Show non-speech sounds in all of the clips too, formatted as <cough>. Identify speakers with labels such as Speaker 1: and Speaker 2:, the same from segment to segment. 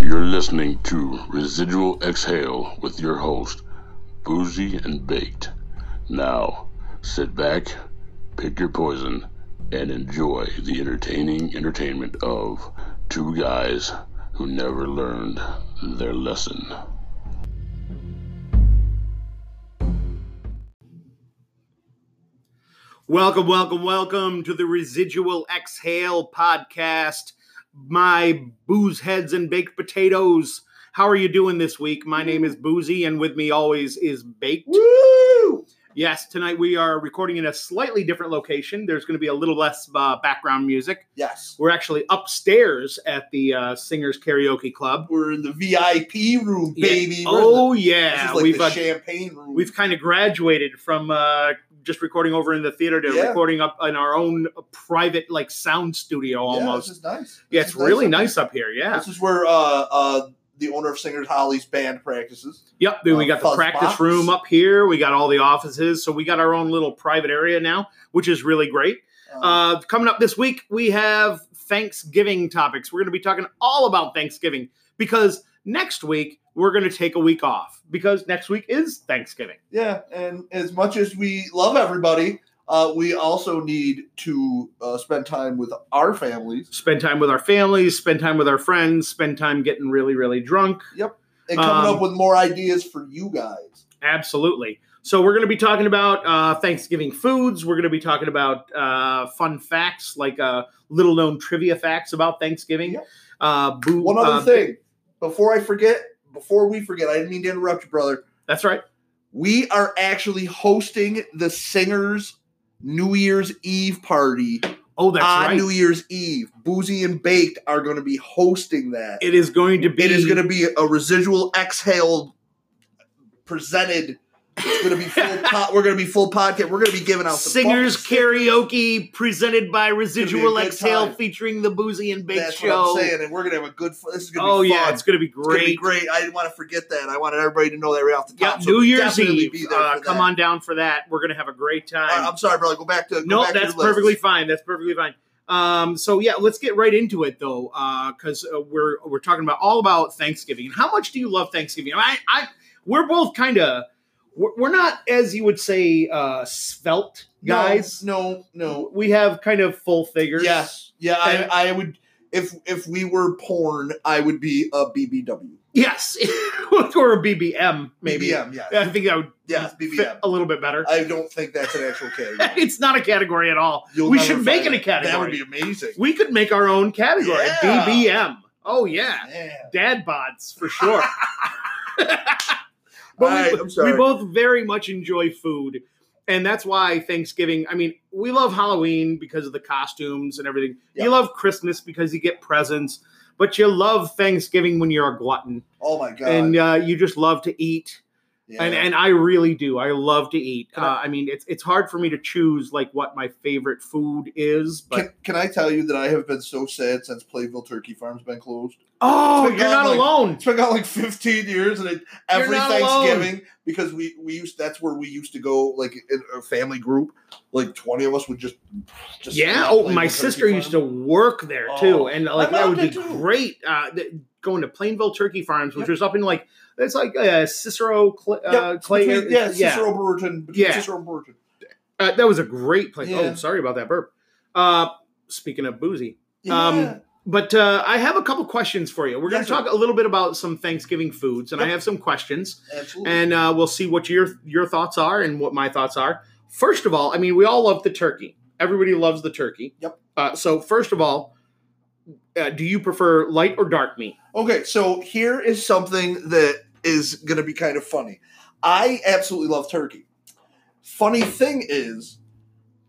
Speaker 1: listening to Residual Exhale with your host, Boozy and Baked. Now, sit back, pick your poison, and enjoy the entertaining entertainment of two guys who never learned their lesson.
Speaker 2: Welcome, welcome, welcome to the Residual Exhale podcast. My booze heads and baked potatoes. How are you doing this week? My name is Boozy, and with me always is Baked.
Speaker 3: Woo!
Speaker 2: Yes, tonight we are recording in a slightly different location. There's going to be a little less uh, background music.
Speaker 3: Yes.
Speaker 2: We're actually upstairs at the uh, Singers Karaoke Club.
Speaker 3: We're in the VIP room,
Speaker 2: Yeah.
Speaker 3: baby. We're in the-
Speaker 2: Oh
Speaker 3: this
Speaker 2: yeah,
Speaker 3: is like
Speaker 2: we've
Speaker 3: the
Speaker 2: uh,
Speaker 3: champagne room.
Speaker 2: we've kind of graduated from uh, just recording over in the theater to
Speaker 3: Yeah.
Speaker 2: recording up in our own uh, private like sound studio
Speaker 3: Yeah,
Speaker 2: almost.
Speaker 3: this is nice.
Speaker 2: Yeah,
Speaker 3: This
Speaker 2: it's
Speaker 3: is nice.
Speaker 2: really nice up here. Yeah.
Speaker 3: This is where uh, uh, the owner of Singers Holly's band practices.
Speaker 2: Yep. Then we
Speaker 3: uh,
Speaker 2: got the
Speaker 3: fuzz
Speaker 2: practice
Speaker 3: box.
Speaker 2: room up here. We got all the offices. So we got our own little private area now, which is really great.
Speaker 3: Um,
Speaker 2: Uh, coming up this week, we have Thanksgiving topics. We're going to be talking all about Thanksgiving because next week we're going to take a week off because next week is Thanksgiving.
Speaker 3: yeah, and as much as we love everybody, uh, we also need to uh, spend time with our families
Speaker 2: Spend time with our families, spend time with our friends, spend time getting really, really drunk.
Speaker 3: and coming
Speaker 2: Um,
Speaker 3: up with more ideas for you guys.
Speaker 2: Absolutely. So we're going to be talking about uh, Thanksgiving foods. We're going to be talking about uh, fun facts, like uh, little known trivia facts about Thanksgiving.
Speaker 3: Yep.
Speaker 2: Uh, boo,
Speaker 3: One other
Speaker 2: uh,
Speaker 3: thing, before I forget, before we forget, I didn't mean to interrupt you, brother.
Speaker 2: That's right.
Speaker 3: we are actually hosting the singers new year's eve party
Speaker 2: Oh, that's
Speaker 3: on
Speaker 2: right.
Speaker 3: new year's eve boozy and baked are going to be hosting that
Speaker 2: it is going to be.
Speaker 3: it is going to be a residual exhale presented it's going to
Speaker 2: <laughs>
Speaker 3: be full po- we're going to be full podcast we're going to be giving out the
Speaker 2: Singers
Speaker 3: buckets.
Speaker 2: karaoke presented by Residual
Speaker 3: good
Speaker 2: Exhale,
Speaker 3: time.
Speaker 2: featuring the Boozy and Big
Speaker 3: that's
Speaker 2: Show.
Speaker 3: what i'm saying and we're going to have a good fu- this is going to
Speaker 2: oh
Speaker 3: be fun
Speaker 2: yeah, it's going to be
Speaker 3: It's gonna
Speaker 2: great.
Speaker 3: be great. I didn't want to forget that. I wanted everybody to know that right off the
Speaker 2: Yeah,
Speaker 3: top. so
Speaker 2: New Year's
Speaker 3: definitely
Speaker 2: Eve.
Speaker 3: be there
Speaker 2: Uh,
Speaker 3: for
Speaker 2: come
Speaker 3: that.
Speaker 2: on down for that. We're going to have a great time.
Speaker 3: I- I'm sorry, brother. Go back to go
Speaker 2: no,
Speaker 3: back to
Speaker 2: that's
Speaker 3: your list.
Speaker 2: perfectly fine. That's perfectly fine. Um, so yeah, let's get right into it though, because uh, we're we're talking about all about Thanksgiving. How much do you love Thanksgiving? I, I we're both kind of we're, we're not as you would say uh, svelte
Speaker 3: No,
Speaker 2: guys.
Speaker 3: No, no.
Speaker 2: We have kind of full figures.
Speaker 3: Yes, yeah.
Speaker 2: And-
Speaker 3: I, I would if if we were porn, I would be a BBW.
Speaker 2: Yes. <laughs> or a BBM maybe.
Speaker 3: BBM. Yes,
Speaker 2: I think that would
Speaker 3: yes,
Speaker 2: fit
Speaker 3: BBM.
Speaker 2: a little bit better.
Speaker 3: I don't think that's an actual <laughs> category.
Speaker 2: <laughs> it's not a category at all.
Speaker 3: You'll
Speaker 2: we
Speaker 3: never
Speaker 2: should make it
Speaker 3: find
Speaker 2: a category.
Speaker 3: That would be amazing.
Speaker 2: we could make our own category.
Speaker 3: Yeah.
Speaker 2: BBM. Oh yeah.
Speaker 3: Yeah.
Speaker 2: dad bods for
Speaker 3: <laughs>
Speaker 2: sure.
Speaker 3: All right,
Speaker 2: but
Speaker 3: I'm
Speaker 2: we,
Speaker 3: sorry.
Speaker 2: we both very much enjoy food. And that's why Thanksgiving, I mean, we love Halloween because of the costumes and everything.
Speaker 3: Yeah.
Speaker 2: You love Christmas because you get presents, but you love Thanksgiving when you're a glutton
Speaker 3: Oh my god.
Speaker 2: and uh, you just love to eat.
Speaker 3: yeah.
Speaker 2: And and I really do. I love to eat.
Speaker 3: Can
Speaker 2: Uh,
Speaker 3: I-
Speaker 2: I mean, it's it's hard for me to choose like what my favorite food is, but
Speaker 3: can, can I tell you that I have been so sad since Playville Turkey Farm's been closed?
Speaker 2: oh,
Speaker 3: It's
Speaker 2: you're not
Speaker 3: like-
Speaker 2: alone.
Speaker 3: It's been gone <laughs> like 15 years, and it,
Speaker 2: You're
Speaker 3: every
Speaker 2: not
Speaker 3: Thanksgiving because we we used that's where we used to go like in a family group, like 20 of us would just just
Speaker 2: yeah.
Speaker 3: eat
Speaker 2: Oh,
Speaker 3: Plainville
Speaker 2: my
Speaker 3: Turkey
Speaker 2: sister used to
Speaker 3: Farm.
Speaker 2: work there
Speaker 3: Oh.
Speaker 2: too, and like that
Speaker 3: mom
Speaker 2: would be
Speaker 3: did, too.
Speaker 2: great. Uh, th- going to Plainville Turkey Farms, which
Speaker 3: Yep.
Speaker 2: was up in like it's like uh, Cicero Cl- uh,
Speaker 3: Yep,
Speaker 2: Clay.
Speaker 3: between- yeah,
Speaker 2: yeah.
Speaker 3: Cicero Brewerton.
Speaker 2: Yeah.
Speaker 3: Yeah, Cicero Brewerton.
Speaker 2: Uh, that was a great place. Oh,
Speaker 3: Yeah.
Speaker 2: sorry about that burp. Uh, speaking of boozy,
Speaker 3: Yeah.
Speaker 2: Um, but uh, I have a couple questions for you. We're going
Speaker 3: Yes,
Speaker 2: to
Speaker 3: sir.
Speaker 2: talk a little bit about some Thanksgiving foods, and I
Speaker 3: Yep.
Speaker 2: have some questions,
Speaker 3: absolutely.
Speaker 2: and uh, we'll see what your your thoughts are and what my thoughts are. First of all, I mean, we all love the turkey. Everybody loves the turkey.
Speaker 3: Yep.
Speaker 2: Uh, so first of all, uh, do you prefer light or dark meat?
Speaker 3: okay, so here is something that is going to be kind of funny. I absolutely love turkey. Funny thing is,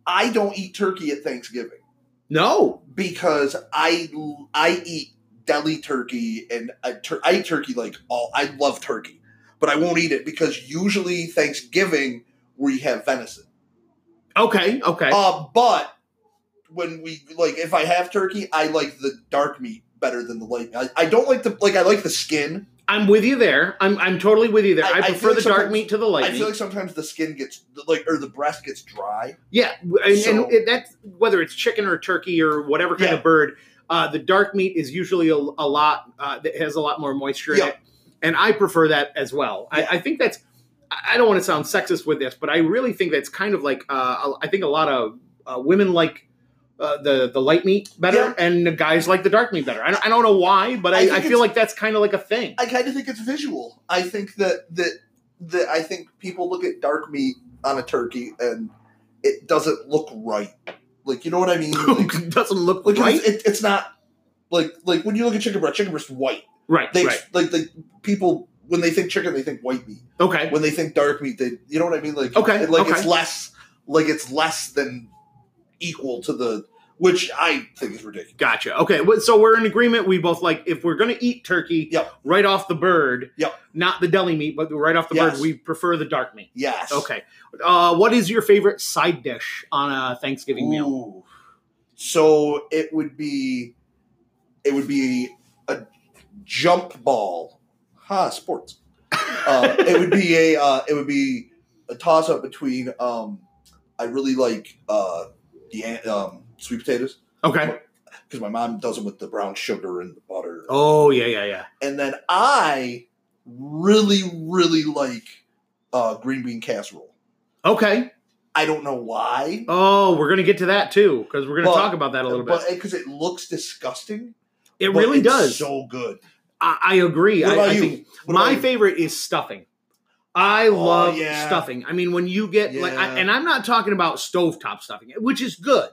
Speaker 3: I don't eat turkey at Thanksgiving
Speaker 2: No.
Speaker 3: because I I eat deli turkey and I, tur- I eat turkey like all. I love turkey, but I won't eat it because usually Thanksgiving we have venison.
Speaker 2: Okay. Okay.
Speaker 3: Uh, but when we like, if I have turkey, I like the dark meat better than the light. I, I don't like the like. I like the skin.
Speaker 2: I'm with you there. I'm I'm totally with you there.
Speaker 3: I-
Speaker 2: I,
Speaker 3: I feel
Speaker 2: prefer
Speaker 3: like
Speaker 2: the dark
Speaker 3: sometimes-
Speaker 2: meat to the
Speaker 3: I
Speaker 2: light meat.
Speaker 3: feel like sometimes the skin gets like or the breast gets dry.
Speaker 2: yeah, w- and,
Speaker 3: So-
Speaker 2: and it, that's whether it's chicken or turkey or whatever kind
Speaker 3: Yeah.
Speaker 2: of bird. Uh, the dark meat is usually a, a lot uh, that has a lot more moisture
Speaker 3: Yeah.
Speaker 2: in it, and I prefer that as well.
Speaker 3: Yeah.
Speaker 2: I, I think that's. I I don't want to sound sexist with this, but I really think that's kind of like uh, I think a lot of uh, women like uh, the the light meat better,
Speaker 3: Yeah.
Speaker 2: and the guys like the dark meat better. I don't, I don't know why, but
Speaker 3: I
Speaker 2: I,
Speaker 3: think
Speaker 2: I,
Speaker 3: it's-
Speaker 2: feel like that's kind of like a
Speaker 3: <laughs>
Speaker 2: thing.
Speaker 3: I kind of think it's visual. I think that that that I think people look at dark meat on a turkey and it doesn't look right. Like you know what
Speaker 2: <laughs>
Speaker 3: I mean? Like,
Speaker 2: it doesn't look
Speaker 3: like,
Speaker 2: right.
Speaker 3: it's, it, it's not like like when you look at chicken breast, chicken breast is white.
Speaker 2: Right,
Speaker 3: They
Speaker 2: right.
Speaker 3: like like people when they think chicken, they think white meat.
Speaker 2: Okay.
Speaker 3: When they think dark meat, they you know what I mean? Like
Speaker 2: Okay,
Speaker 3: and, like
Speaker 2: okay.
Speaker 3: it's less like it's less than equal to the which I think is ridiculous.
Speaker 2: Gotcha. Okay. well, So we're in agreement. We both like if we're going to eat turkey
Speaker 3: Yep.
Speaker 2: right off the bird,
Speaker 3: Yep.
Speaker 2: not the deli meat, but right off the
Speaker 3: Yes.
Speaker 2: bird, we prefer the dark meat.
Speaker 3: Yes.
Speaker 2: Okay. Uh, what is your favorite side dish on a Thanksgiving meal?
Speaker 3: Ooh. So it would be, it would be a jump ball. Ha! Sports. Uh, it would be a, uh, it would be a toss up between. Um, I really like uh, the an- um, sweet potatoes
Speaker 2: Okay.
Speaker 3: because my mom does them with the brown sugar and the butter,
Speaker 2: Oh yeah, yeah, yeah.
Speaker 3: and then I really, really like uh, green bean casserole.
Speaker 2: Okay.
Speaker 3: I don't know why.
Speaker 2: Oh, we're gonna get to that too because we're gonna
Speaker 3: But-
Speaker 2: talk about that a little bit.
Speaker 3: But because it looks disgusting,
Speaker 2: It
Speaker 3: but
Speaker 2: really
Speaker 3: it's
Speaker 2: does.
Speaker 3: So good.
Speaker 2: I, I agree.
Speaker 3: What
Speaker 2: I,
Speaker 3: about
Speaker 2: I
Speaker 3: you?
Speaker 2: think
Speaker 3: What
Speaker 2: my
Speaker 3: about you?
Speaker 2: favorite is stuffing. I
Speaker 3: Oh,
Speaker 2: love
Speaker 3: yeah.
Speaker 2: stuffing. I mean, when you get like,
Speaker 3: Yeah.
Speaker 2: I, and I'm not talking about stovetop stuffing, which is good,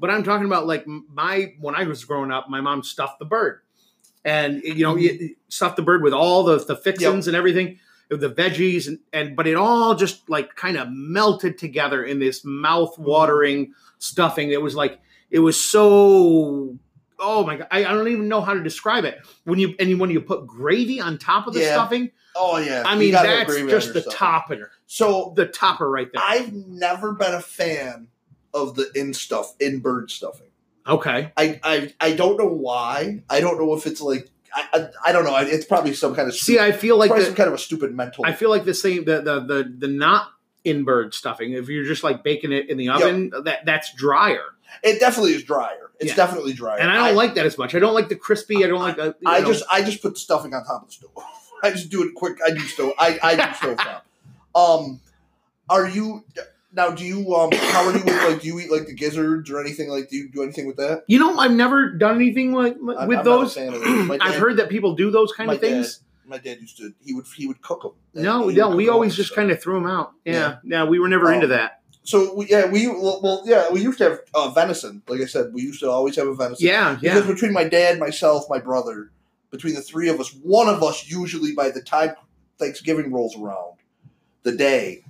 Speaker 2: but I'm talking about like m- my when I was growing up, my mom stuffed the bird, and you know,
Speaker 3: Mm-hmm.
Speaker 2: you stuffed the bird with all the the fixings and everything, the veggies, and, and but it all just like kind of melted together in this mouth watering
Speaker 3: Mm-hmm.
Speaker 2: stuffing that was like it was so oh my god I, I don't even know how to describe it when you and when you put gravy on top of the
Speaker 3: Yeah.
Speaker 2: stuffing
Speaker 3: Oh yeah.
Speaker 2: i
Speaker 3: You
Speaker 2: mean
Speaker 3: gotta
Speaker 2: that's
Speaker 3: agree with
Speaker 2: just the
Speaker 3: yourself.
Speaker 2: topper
Speaker 3: So
Speaker 2: the topper right there
Speaker 3: I've never been a fan of the in stuff in bird stuffing.
Speaker 2: okay
Speaker 3: I I, I don't know why. I don't know if it's like I I, I don't know. It's probably some kind of
Speaker 2: see i feel like
Speaker 3: probably
Speaker 2: the,
Speaker 3: some kind of a stupid mental.
Speaker 2: i feel like this thing the the the, the not in bird stuffing if you're just like baking it in the oven that that's drier
Speaker 3: it definitely is drier. It's
Speaker 2: Yeah.
Speaker 3: definitely drier.
Speaker 2: and i don't like that as much i don't like the crispy i don't like the, you
Speaker 3: I
Speaker 2: know.
Speaker 3: just I just put the stuffing on top of the stove. <laughs> I just do it quick. I do stove. I I do stove top. Um, are you now? Do you um? How are you with like? Do you eat like the gizzards or anything? Like, do you do anything with that?
Speaker 2: you know i've never done anything like with
Speaker 3: I'm- I'm not a
Speaker 2: those
Speaker 3: fan of it. My
Speaker 2: i've
Speaker 3: dad-
Speaker 2: heard that people do those kind
Speaker 3: my
Speaker 2: of things
Speaker 3: dad- my dad used to. He would he would cook them.
Speaker 2: No, no, we always just kind of threw them out. Yeah,
Speaker 3: Yeah.
Speaker 2: yeah, we were never
Speaker 3: Oh.
Speaker 2: into that.
Speaker 3: So we, yeah, we well, well yeah we used to have uh, venison. Like I said, we used to always have a venison.
Speaker 2: Yeah, yeah.
Speaker 3: Because between my dad, myself, my brother, between the three of us, one of us usually by the time Thanksgiving rolls around, the day,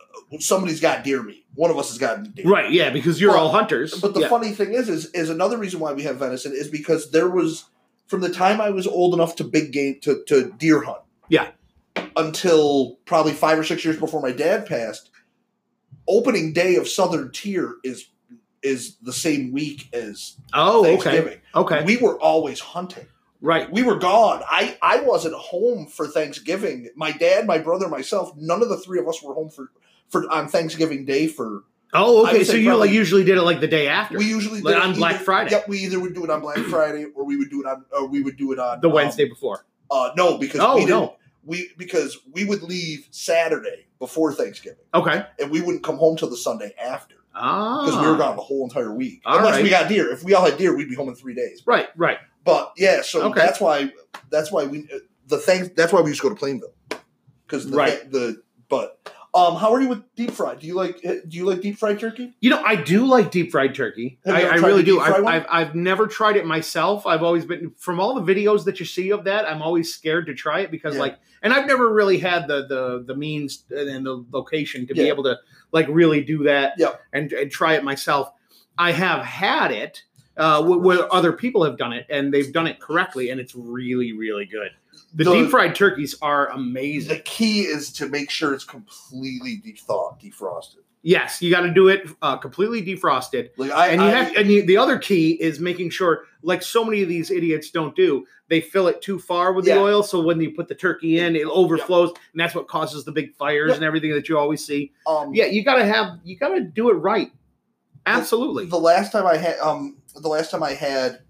Speaker 3: uh, somebody's got deer meat. One of us has gotten deer.
Speaker 2: Right, yeah, because you're
Speaker 3: But-
Speaker 2: all hunters.
Speaker 3: But the
Speaker 2: yeah.
Speaker 3: funny thing is, is, is another reason why we have venison is because there was from the time I was old enough to big game to, to deer hunt.
Speaker 2: Yeah.
Speaker 3: Until probably five or six years before my dad passed, opening day of Southern Tier is is the same week as
Speaker 2: oh, okay,
Speaker 3: Thanksgiving.
Speaker 2: okay,
Speaker 3: We were always hunting.
Speaker 2: right.
Speaker 3: We were gone. I, I wasn't home for Thanksgiving. My dad, my brother, myself, none of the three of us were home for, for on Thanksgiving Day for
Speaker 2: Oh,
Speaker 3: I
Speaker 2: okay.
Speaker 3: would
Speaker 2: So
Speaker 3: say
Speaker 2: you
Speaker 3: probably-
Speaker 2: like usually did it like the day after.
Speaker 3: we usually
Speaker 2: Like
Speaker 3: did it
Speaker 2: on Black
Speaker 3: either-
Speaker 2: Friday.
Speaker 3: Yep, we either would do it on Black Friday or we would do it on or we would do it on
Speaker 2: the
Speaker 3: um,
Speaker 2: Wednesday before.
Speaker 3: Uh, no, because
Speaker 2: Oh
Speaker 3: we didn't-
Speaker 2: no.
Speaker 3: we because we would leave Saturday before Thanksgiving
Speaker 2: Okay.
Speaker 3: and we wouldn't come home till the Sunday after
Speaker 2: Ah.
Speaker 3: because we were gone the whole entire week.
Speaker 2: All
Speaker 3: Unless
Speaker 2: right.
Speaker 3: we got deer. If we all had deer, we'd be home in three days.
Speaker 2: Right, right.
Speaker 3: But yeah, so
Speaker 2: Okay.
Speaker 3: that's why that's why we the thing that's why we used to go to Plainville because the,
Speaker 2: Right.
Speaker 3: the but um how are you with deep fried? Do you like eh, do you like deep fried turkey?
Speaker 2: You know, I do like deep fried turkey.
Speaker 3: Have you
Speaker 2: I,
Speaker 3: ever
Speaker 2: I
Speaker 3: tried
Speaker 2: really
Speaker 3: the
Speaker 2: do.
Speaker 3: deep fried
Speaker 2: I've,
Speaker 3: one?
Speaker 2: I've I've never tried it myself. I've always been from all the videos that you see of that. I'm always scared to try it because
Speaker 3: Yeah.
Speaker 2: like, and I've never really had the the the means and the location to be
Speaker 3: Yeah.
Speaker 2: able to like really do that
Speaker 3: Yeah.
Speaker 2: and and try it myself. I have had it uh, wh- where other people have done it and they've done it correctly and it's really really good. The,
Speaker 3: The-
Speaker 2: deep fried turkeys are
Speaker 3: The
Speaker 2: amazing.
Speaker 3: key is to make sure it's completely deep thawed, defrosted.
Speaker 2: Yes, you got to do it uh, completely defrosted.
Speaker 3: Like I,
Speaker 2: and you
Speaker 3: I-
Speaker 2: have and you, the other key is making sure like so many of these idiots don't do they fill it too far with
Speaker 3: Yeah.
Speaker 2: the oil so when you put the turkey in it overflows and that's what causes the big fires
Speaker 3: Yeah.
Speaker 2: and everything that you always see
Speaker 3: um,
Speaker 2: yeah you gotta have you gotta do it right absolutely
Speaker 3: The last time I had um the last time I had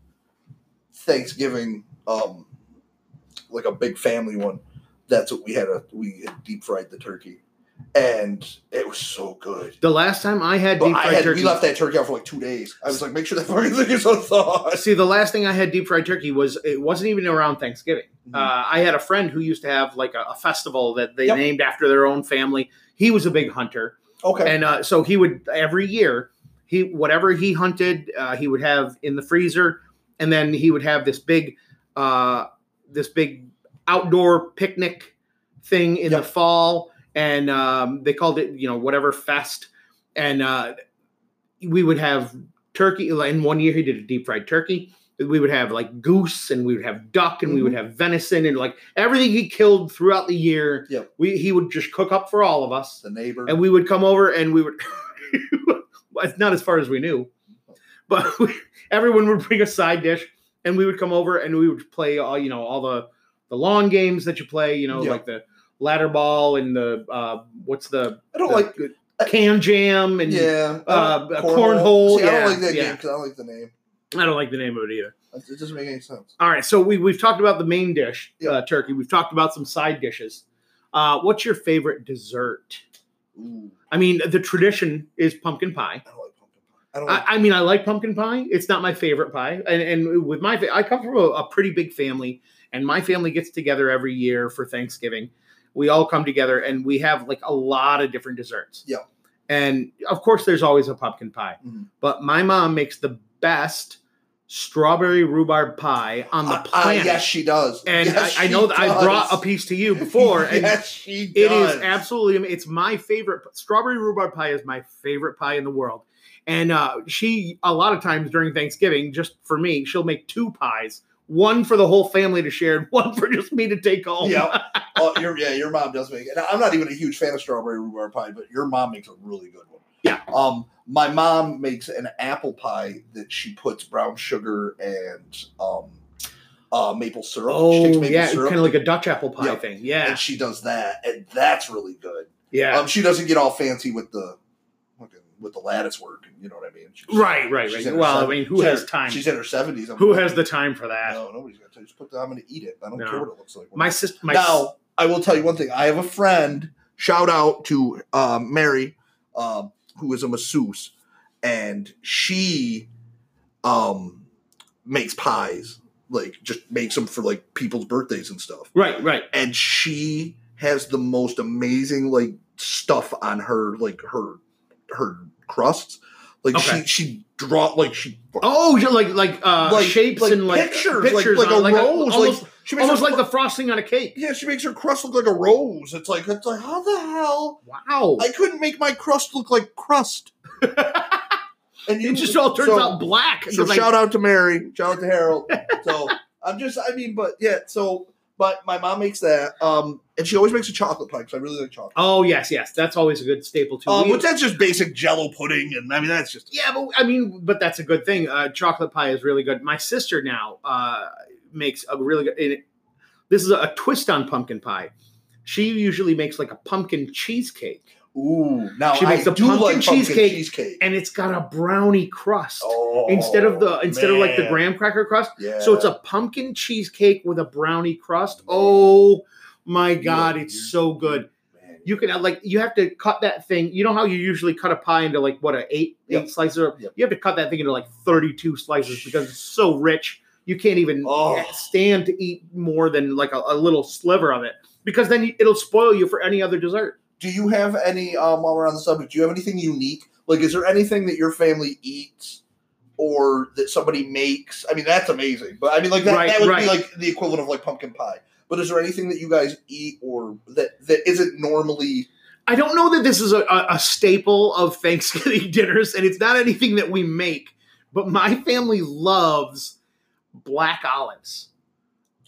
Speaker 3: Thanksgiving, um, like a big family one. That's what we had. A we had deep fried the turkey, and it was so good.
Speaker 2: The last time I had
Speaker 3: But
Speaker 2: deep
Speaker 3: I
Speaker 2: fried
Speaker 3: had
Speaker 2: turkey,
Speaker 3: we left that turkey out for like two days. I was like, make sure that <laughs> fucking thing is unthawed.
Speaker 2: Uh, see, the last thing I had deep fried turkey was it wasn't even around Thanksgiving.
Speaker 3: Mm-hmm.
Speaker 2: Uh, I had a friend who used to have like a, a festival that they
Speaker 3: Yep.
Speaker 2: named after their own family. He was a big hunter,
Speaker 3: okay.
Speaker 2: and uh, so he would every year he whatever he hunted uh, he would have in the freezer and then he would have this big uh, this big outdoor picnic thing in
Speaker 3: Yep.
Speaker 2: the fall and um, they called it you know whatever fest and uh, we would have turkey and one year he did a deep fried turkey we would have like goose and we would have duck and we
Speaker 3: Mm-hmm.
Speaker 2: would have venison and like everything he killed throughout the year
Speaker 3: Yep.
Speaker 2: we, he would just cook up for all of us
Speaker 3: the neighbor.
Speaker 2: and we would come over and we would <laughs> well, not as far as we knew but <laughs> we, everyone would bring a side dish and we would come over and we would play all you know all the the lawn games that you play you know
Speaker 3: Yeah.
Speaker 2: like the ladder ball and the uh what's the,
Speaker 3: I don't
Speaker 2: the
Speaker 3: like.
Speaker 2: can jam and
Speaker 3: Yeah. I don't-
Speaker 2: uh, cornhole,
Speaker 3: See, I
Speaker 2: yeah,
Speaker 3: don't like that
Speaker 2: yeah.
Speaker 3: game because I don't like the name.
Speaker 2: i don't like the name of it either
Speaker 3: It doesn't make any sense.
Speaker 2: all right so we, we've talked about the main dish
Speaker 3: Yeah.
Speaker 2: uh, turkey we've talked about some side dishes uh, what's your favorite dessert
Speaker 3: Ooh,
Speaker 2: i mean the tradition is pumpkin pie
Speaker 3: I don't like pumpkin pie. I don't. Like,
Speaker 2: I, I mean, I like pumpkin pie. It's not my favorite pie, and and with my, fa- I come from a, a pretty big family, and my family gets together every year for Thanksgiving. We all come together, and we have like a lot of different desserts.
Speaker 3: Yeah.
Speaker 2: and of course, there's always a pumpkin pie,
Speaker 3: Mhm.
Speaker 2: but my mom makes the best strawberry rhubarb pie on the
Speaker 3: Ah, ah,
Speaker 2: planet.
Speaker 3: yes, she does.
Speaker 2: and
Speaker 3: Yes,
Speaker 2: I, I
Speaker 3: she
Speaker 2: know that I
Speaker 3: does.
Speaker 2: brought a piece to you
Speaker 3: <laughs>
Speaker 2: before, and
Speaker 3: yes, she does.
Speaker 2: it is absolutely. am- It's my favorite. Strawberry rhubarb pie is my favorite pie in the world. And uh, she, a lot of times during Thanksgiving, just for me, she'll make two pies: one for the whole family to share, and <laughs> one for just me to take home. <laughs>
Speaker 3: Yeah. Oh, your, yeah, your mom does make it. And I'm not even a huge fan of strawberry rhubarb pie, but your mom makes a really good one.
Speaker 2: Yeah.
Speaker 3: Um, my mom makes an apple pie that she puts brown sugar and um, uh, maple syrup. she takes
Speaker 2: Oh
Speaker 3: maple
Speaker 2: yeah, it's
Speaker 3: syrup
Speaker 2: kind of like a Dutch apple pie
Speaker 3: Yeah.
Speaker 2: thing. Yeah,
Speaker 3: and she does that, and that's really good.
Speaker 2: yeah.
Speaker 3: Um, she doesn't get all fancy with the fucking- with the lattice work. You know what I mean? She's-
Speaker 2: right, right,
Speaker 3: she's
Speaker 2: right.
Speaker 3: in her
Speaker 2: Well, I
Speaker 3: seven-
Speaker 2: mean, who
Speaker 3: she's in
Speaker 2: has
Speaker 3: her-
Speaker 2: time?
Speaker 3: She's in her seventies.
Speaker 2: Who has the time for that?
Speaker 3: No, nobody's got time. Just put. The, I'm going to eat it. I don't
Speaker 2: No.
Speaker 3: care what it looks like.
Speaker 2: My sister, my
Speaker 3: now, I will tell you one thing. I have a friend. Shout out to um, Mary, um, who is a masseuse, and she um, makes pies, like just makes them for like people's birthdays and stuff.
Speaker 2: right, right.
Speaker 3: And she has the most amazing like stuff on her like her her crusts. Like
Speaker 2: Okay.
Speaker 3: she she draw like she
Speaker 2: Oh, you're like like uh, shapes and like
Speaker 3: pictures, like- like,
Speaker 2: on-
Speaker 3: a rose,
Speaker 2: almost,
Speaker 3: like she
Speaker 2: almost
Speaker 3: her
Speaker 2: like the frosting on a cake.
Speaker 3: yeah, she makes her crust look like a rose. It's like it's like how the hell
Speaker 2: Wow,
Speaker 3: I couldn't make my crust look like
Speaker 2: <laughs>
Speaker 3: crust. and
Speaker 2: It just all turns
Speaker 3: so-
Speaker 2: out black.
Speaker 3: So
Speaker 2: Like,
Speaker 3: shout out to Mary, shout out to Harold. so I'm just I mean, but yeah, so but my mom makes that, um, and she always makes a chocolate pie because I really like chocolate.
Speaker 2: oh yes, yes, that's always a good staple too.
Speaker 3: Um,
Speaker 2: We-
Speaker 3: but that's just basic Jello pudding, and I mean that's just
Speaker 2: yeah, but I mean, but that's a good thing. Uh, chocolate pie is really good. My sister now uh, makes a really good. and it- this is a, twist on pumpkin pie. She usually makes like a pumpkin cheesecake,
Speaker 3: ooh. Now
Speaker 2: She makes
Speaker 3: I
Speaker 2: a
Speaker 3: do
Speaker 2: pumpkin
Speaker 3: like pumpkin
Speaker 2: cheesecake.
Speaker 3: cheesecake.
Speaker 2: and it's got a brownie crust
Speaker 3: Oh,
Speaker 2: instead of the instead of like the
Speaker 3: man.
Speaker 2: graham cracker crust.
Speaker 3: Yeah.
Speaker 2: So it's a pumpkin cheesecake with a brownie crust. Oh my god,
Speaker 3: Yeah,
Speaker 2: it's
Speaker 3: you-
Speaker 2: so good.
Speaker 3: Man.
Speaker 2: you can uh, like you have to cut that thing. You know how you usually cut a pie into like what a eight
Speaker 3: Yep.
Speaker 2: eight slices. Or,
Speaker 3: Yep.
Speaker 2: You have to cut that thing into like thirty two slices because it's so rich. You can't even
Speaker 3: Oh.
Speaker 2: stand to eat more than like a, a little sliver of it because then you- it'll spoil you for any other dessert.
Speaker 3: Do you have any? Um, while we're on the subject, do you have anything unique? Like, is there anything that your family eats or that somebody makes? I mean, that's amazing. But I mean, like that,
Speaker 2: Right,
Speaker 3: that would
Speaker 2: right.
Speaker 3: be like the equivalent of like pumpkin pie. But is there anything that you guys eat or that that isn't normally?
Speaker 2: I don't know that this is a, a, a staple of <laughs> Thanksgiving dinners, and it's not anything that we make. But my family loves black olives.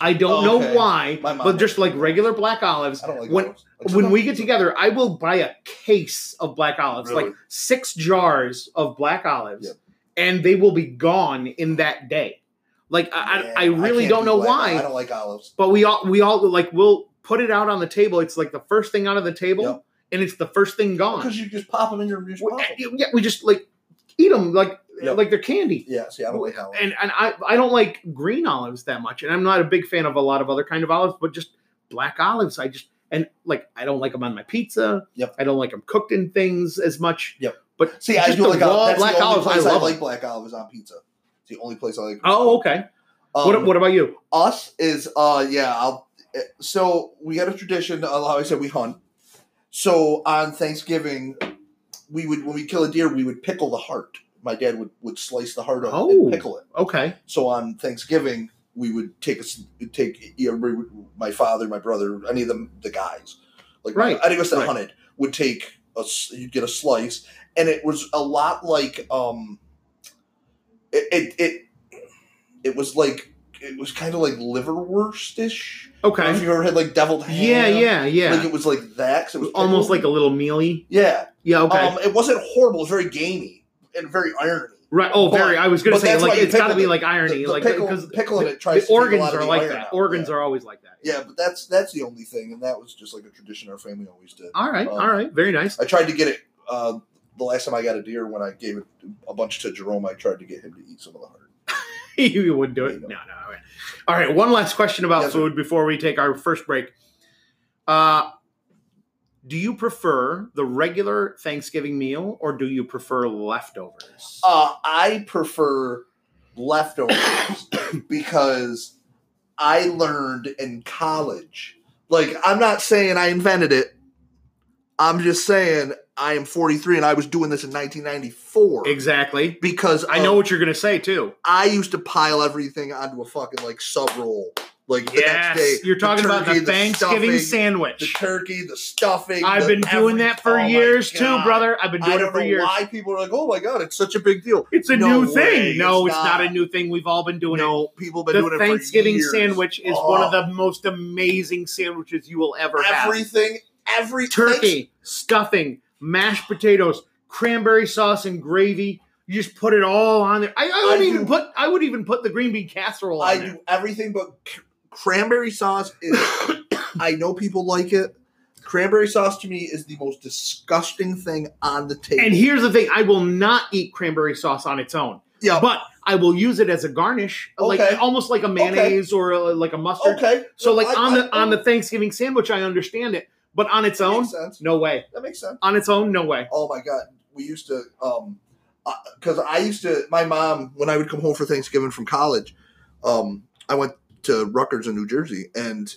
Speaker 2: I don't
Speaker 3: Okay.
Speaker 2: know why,
Speaker 3: My mom
Speaker 2: but just
Speaker 3: does.
Speaker 2: like regular black olives.
Speaker 3: I don't like
Speaker 2: when
Speaker 3: olives. Like,
Speaker 2: when we
Speaker 3: sometimes-
Speaker 2: get together, I will buy a case of black olives,
Speaker 3: Really?
Speaker 2: like six jars of black olives,
Speaker 3: Yep.
Speaker 2: and they will be gone in that day. Like I,
Speaker 3: Yeah,
Speaker 2: I, I really
Speaker 3: can't
Speaker 2: don't
Speaker 3: do
Speaker 2: know
Speaker 3: black-
Speaker 2: why,
Speaker 3: I don't like olives.
Speaker 2: but we all we all like we'll put it out on the table. It's like the first thing out of the table,
Speaker 3: Yep.
Speaker 2: and it's the first thing gone.
Speaker 3: Because you just pop them in your you just
Speaker 2: We-
Speaker 3: pop 'em.
Speaker 2: yeah, we just like eat them. Like
Speaker 3: Yep.
Speaker 2: like they're candy.
Speaker 3: Yeah, see, I don't like how.
Speaker 2: And and I I don't like green olives that much, and I'm not a big fan of a lot of other kind of olives, but just black olives, I just and like I don't like them on my pizza.
Speaker 3: Yep.
Speaker 2: I don't like them cooked in things as much.
Speaker 3: Yep.
Speaker 2: But
Speaker 3: See, I
Speaker 2: just
Speaker 3: do
Speaker 2: the
Speaker 3: like
Speaker 2: raw
Speaker 3: that's
Speaker 2: black
Speaker 3: the only
Speaker 2: olives. I
Speaker 3: place I,
Speaker 2: love.
Speaker 3: like black olives on pizza. It's the only place I like.
Speaker 2: oh, okay.
Speaker 3: Um,
Speaker 2: what what about you?
Speaker 3: us is uh yeah I'll, so we had a tradition uh, how i said we hunt so on thanksgiving we would when we kill a deer we would pickle the heart my dad would would slice the heart up
Speaker 2: Oh.
Speaker 3: and pickle it
Speaker 2: Okay.
Speaker 3: so on thanksgiving we would take us take everybody would- my father my brother any of them the guys like
Speaker 2: Right,
Speaker 3: any of us that
Speaker 2: right.
Speaker 3: hunted would take a s- you'd get a slice and it was a lot like um it it it, it was like it was kind of like liverwurstish I don't know
Speaker 2: Okay.
Speaker 3: if you ever had like deviled ham.
Speaker 2: Yeah, yeah, yeah.
Speaker 3: um, Like it was like that. 'cause it was
Speaker 2: Almost like
Speaker 3: pickled.
Speaker 2: a little mealy.
Speaker 3: yeah.
Speaker 2: Yeah. Okay.
Speaker 3: Um, it wasn't horrible. It was very gamey and very irony.
Speaker 2: Right. Oh,
Speaker 3: But-
Speaker 2: very. I was going
Speaker 3: but
Speaker 2: to say,
Speaker 3: that's
Speaker 2: like,
Speaker 3: why you
Speaker 2: it's got to
Speaker 3: pickle
Speaker 2: be
Speaker 3: it.
Speaker 2: like irony,
Speaker 3: The- the
Speaker 2: like
Speaker 3: pickle-
Speaker 2: because
Speaker 3: pickling
Speaker 2: the,
Speaker 3: it tries
Speaker 2: the
Speaker 3: to take a
Speaker 2: organs
Speaker 3: lot of
Speaker 2: are
Speaker 3: the
Speaker 2: like
Speaker 3: iron
Speaker 2: that.
Speaker 3: out,
Speaker 2: Organs
Speaker 3: yeah.
Speaker 2: are always like that.
Speaker 3: Yeah, but that's that's the only thing, and that was just like a tradition our family always did.
Speaker 2: All right.
Speaker 3: Um,
Speaker 2: all right. Very nice.
Speaker 3: I tried to get it uh, the last time I got a deer when I gave it a bunch to Jerome. I tried to get him to eat some of the heart.
Speaker 2: <laughs> you wouldn't do
Speaker 3: you
Speaker 2: it. No.
Speaker 3: know.
Speaker 2: No. All right. All right. One last question about
Speaker 3: Yes, sir.
Speaker 2: food before we take our first break. Uh, do you prefer the regular Thanksgiving meal or do you prefer leftovers?
Speaker 3: Uh, I prefer <coughs> leftovers because I learned in college. Like, I'm not saying I invented it. I'm just saying I am 43 and I was doing this in 1994.
Speaker 2: exactly.
Speaker 3: Because
Speaker 2: I know
Speaker 3: of-
Speaker 2: what you're going to say too.
Speaker 3: I used to pile everything onto a fucking like sub roll. Like the
Speaker 2: Yes.
Speaker 3: next day,
Speaker 2: you're talking about
Speaker 3: turkey,
Speaker 2: the Thanksgiving
Speaker 3: stuffing,
Speaker 2: sandwich.
Speaker 3: the turkey, the stuffing.
Speaker 2: I've
Speaker 3: the
Speaker 2: been doing that for
Speaker 3: everything. Oh my
Speaker 2: years too,
Speaker 3: God.
Speaker 2: brother. I've been
Speaker 3: I
Speaker 2: doing
Speaker 3: don't
Speaker 2: it for
Speaker 3: know
Speaker 2: years.
Speaker 3: why people are like, "Oh my god, it's such a big deal."
Speaker 2: It's a
Speaker 3: No
Speaker 2: new
Speaker 3: way,
Speaker 2: thing. No, it's,
Speaker 3: it's
Speaker 2: not.
Speaker 3: not.
Speaker 2: a new thing. We've all been doing
Speaker 3: No, people
Speaker 2: it.
Speaker 3: been doing
Speaker 2: The
Speaker 3: it for
Speaker 2: Thanksgiving
Speaker 3: years.
Speaker 2: sandwich is one of
Speaker 3: Oh,
Speaker 2: the most amazing sandwiches you will ever have.
Speaker 3: everything, every
Speaker 2: Turkey, stuffing, mashed potatoes, cranberry sauce and gravy. You just put it all on there. I, I would
Speaker 3: I
Speaker 2: even
Speaker 3: do-
Speaker 2: put I would even put the green bean casserole on
Speaker 3: I
Speaker 2: there.
Speaker 3: do everything but c- cranberry sauce. Is, <coughs> I know people like it. Cranberry sauce to me is the most disgusting thing on the table.
Speaker 2: And here's the thing, I will not eat cranberry sauce on its own.
Speaker 3: yeah,
Speaker 2: But I will use it as a garnish,
Speaker 3: Okay.
Speaker 2: like almost like a mayonnaise or a, like a mustard.
Speaker 3: okay.
Speaker 2: So like
Speaker 3: I-
Speaker 2: on the
Speaker 3: I-
Speaker 2: on the Thanksgiving sandwich, I understand it, but on its
Speaker 3: that
Speaker 2: own,
Speaker 3: makes sense.
Speaker 2: no way.
Speaker 3: That makes sense.
Speaker 2: On its own, no way.
Speaker 3: Oh my god, we used to um because I used to my mom when I would come home for Thanksgiving from college, um I went to Rutgers in New Jersey and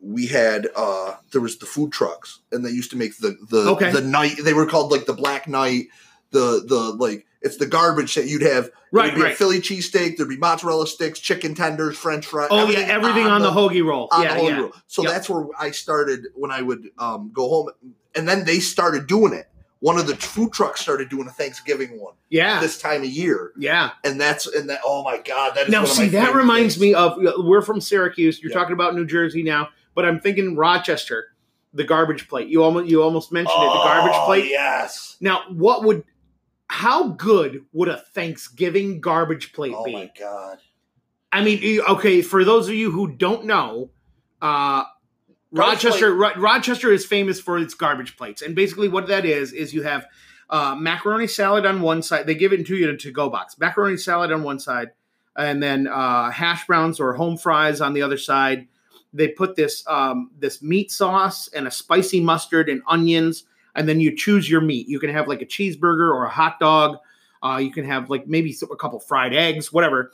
Speaker 3: we had uh there was the food trucks and they used to make the the
Speaker 2: Okay.
Speaker 3: the night they were called like the black night the the like it's the garbage that you'd have
Speaker 2: Right,
Speaker 3: there'd be a
Speaker 2: right.
Speaker 3: Philly cheesesteak there'd be mozzarella sticks chicken tenders French fries Ah,
Speaker 2: Oh yeah, everything on, the, hoagie roll.
Speaker 3: on
Speaker 2: yeah,
Speaker 3: the whole
Speaker 2: yeah.
Speaker 3: room. So
Speaker 2: Yep.
Speaker 3: that's where I started when I would um, go home, and then they started doing it. One of the food trucks started doing a Thanksgiving one
Speaker 2: Yeah.
Speaker 3: this time of year,
Speaker 2: yeah.
Speaker 3: and that's and that. Oh my god, that is
Speaker 2: Now
Speaker 3: one of my
Speaker 2: see that
Speaker 3: favorite
Speaker 2: reminds
Speaker 3: things.
Speaker 2: me of uh, we're from Syracuse. You're
Speaker 3: Yeah.
Speaker 2: talking about New Jersey now, but I'm thinking Rochester, the garbage plate. You almost you almost mentioned it, the garbage
Speaker 3: Oh,
Speaker 2: plate.
Speaker 3: Yes.
Speaker 2: Now, what would how good would a Thanksgiving garbage plate
Speaker 3: Oh
Speaker 2: be?
Speaker 3: my god.
Speaker 2: I mean, e- okay, for those of you who don't know, uh,
Speaker 3: Garbage
Speaker 2: Rochester Ro- Rochester is famous for its garbage plates, and basically what that is is you have uh, macaroni salad on one side. They give it to you in a to-go box. Macaroni salad on one side, and then uh, hash browns or home fries on the other side. They put this um, this meat sauce and a spicy mustard and onions, and then you choose your meat. You can have like a cheeseburger or a hot dog. Uh, you can have like maybe s- a couple fried eggs, whatever.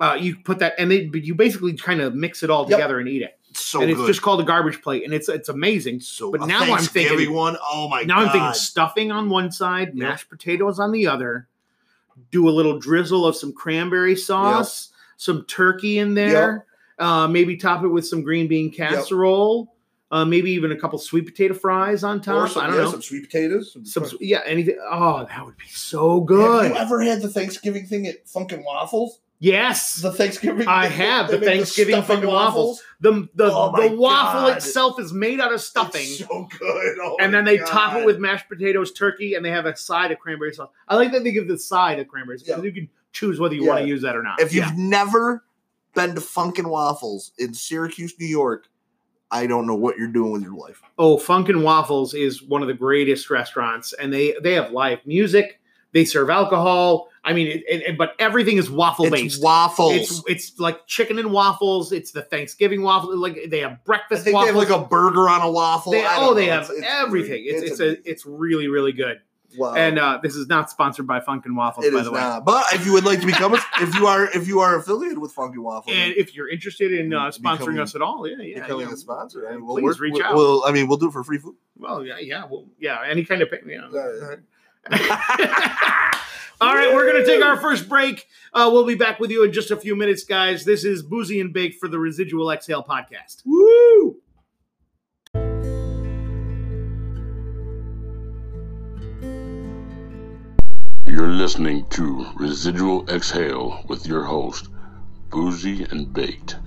Speaker 2: Uh, you put that, and they, but you basically kind of mix it all
Speaker 3: Yep.
Speaker 2: together and eat it.
Speaker 3: It's so
Speaker 2: and
Speaker 3: good.
Speaker 2: it's just called a garbage plate, and it's it's amazing.
Speaker 3: so
Speaker 2: but
Speaker 3: a
Speaker 2: now I'm thinking-
Speaker 3: Thanksgiving one. Oh my
Speaker 2: now
Speaker 3: god.
Speaker 2: I'm thinking stuffing on one side, mashed potatoes on the other. Do a little drizzle of some cranberry sauce, some turkey in there. Uh, maybe top it with some green bean casserole. Uh, maybe even a couple sweet potato fries on
Speaker 3: Or
Speaker 2: top.
Speaker 3: some,
Speaker 2: I don't
Speaker 3: yeah,
Speaker 2: know.
Speaker 3: some sweet potatoes. Some,
Speaker 2: Some, yeah, anything. Oh, that would be so
Speaker 3: Have
Speaker 2: good.
Speaker 3: you ever had the Thanksgiving thing at Funkin' Waffles?
Speaker 2: yes,
Speaker 3: The Thanksgiving.
Speaker 2: I have,
Speaker 3: they
Speaker 2: the
Speaker 3: make
Speaker 2: Thanksgiving
Speaker 3: stuffing
Speaker 2: Funkin' Waffles. the the,
Speaker 3: Oh my
Speaker 2: the waffle
Speaker 3: God.
Speaker 2: itself is made out of stuffing.
Speaker 3: It's so good. Oh
Speaker 2: and
Speaker 3: my
Speaker 2: then they top
Speaker 3: God.
Speaker 2: it with mashed potatoes, turkey, and they have a side of cranberry sauce. I like that they give the side of cranberry sauce.
Speaker 3: Yeah.
Speaker 2: You can choose whether you
Speaker 3: Yeah.
Speaker 2: want to use that or not.
Speaker 3: If you've
Speaker 2: Yeah.
Speaker 3: never been to Funkin' Waffles in Syracuse, New York, I don't know what you're doing with your life.
Speaker 2: oh, Funkin' Waffles is one of the greatest restaurants, and they they have live music. They serve alcohol. I mean, it, it, it- but everything is waffle
Speaker 3: It's
Speaker 2: based.
Speaker 3: waffles.
Speaker 2: It's it's like chicken and waffles. It's the Thanksgiving waffle. Like they have
Speaker 3: I
Speaker 2: breakfast
Speaker 3: think
Speaker 2: waffles.
Speaker 3: they have like a burger on a waffle.
Speaker 2: They-
Speaker 3: I don't
Speaker 2: oh, they
Speaker 3: know.
Speaker 2: have everything. It's it's, a, it's really really good.
Speaker 3: wow.
Speaker 2: And uh, this is not sponsored by Funkin' Waffles,
Speaker 3: It
Speaker 2: by
Speaker 3: is
Speaker 2: the way.
Speaker 3: not. But if you would like to become, a, if you are, if you are affiliated with Funky Waffle,
Speaker 2: And if you're interested in uh, sponsoring
Speaker 3: Becoming-
Speaker 2: us at all, yeah, yeah,
Speaker 3: becoming
Speaker 2: yeah.
Speaker 3: a sponsor, I mean, we'll
Speaker 2: Please
Speaker 3: work-
Speaker 2: reach
Speaker 3: we'll-
Speaker 2: out.
Speaker 3: We'll, I mean, we'll do it for free food.
Speaker 2: Well, yeah, yeah, well, yeah, any kind of pay, yeah.
Speaker 3: Uh,
Speaker 2: <laughs> All right, we're going to take our first break. Uh, we'll be back with you in just a few minutes, guys. This is Boozy and Bake for the Residual Exhale podcast.
Speaker 3: Woo!
Speaker 1: You're listening to Residual Exhale with your host, Boozy and Baked.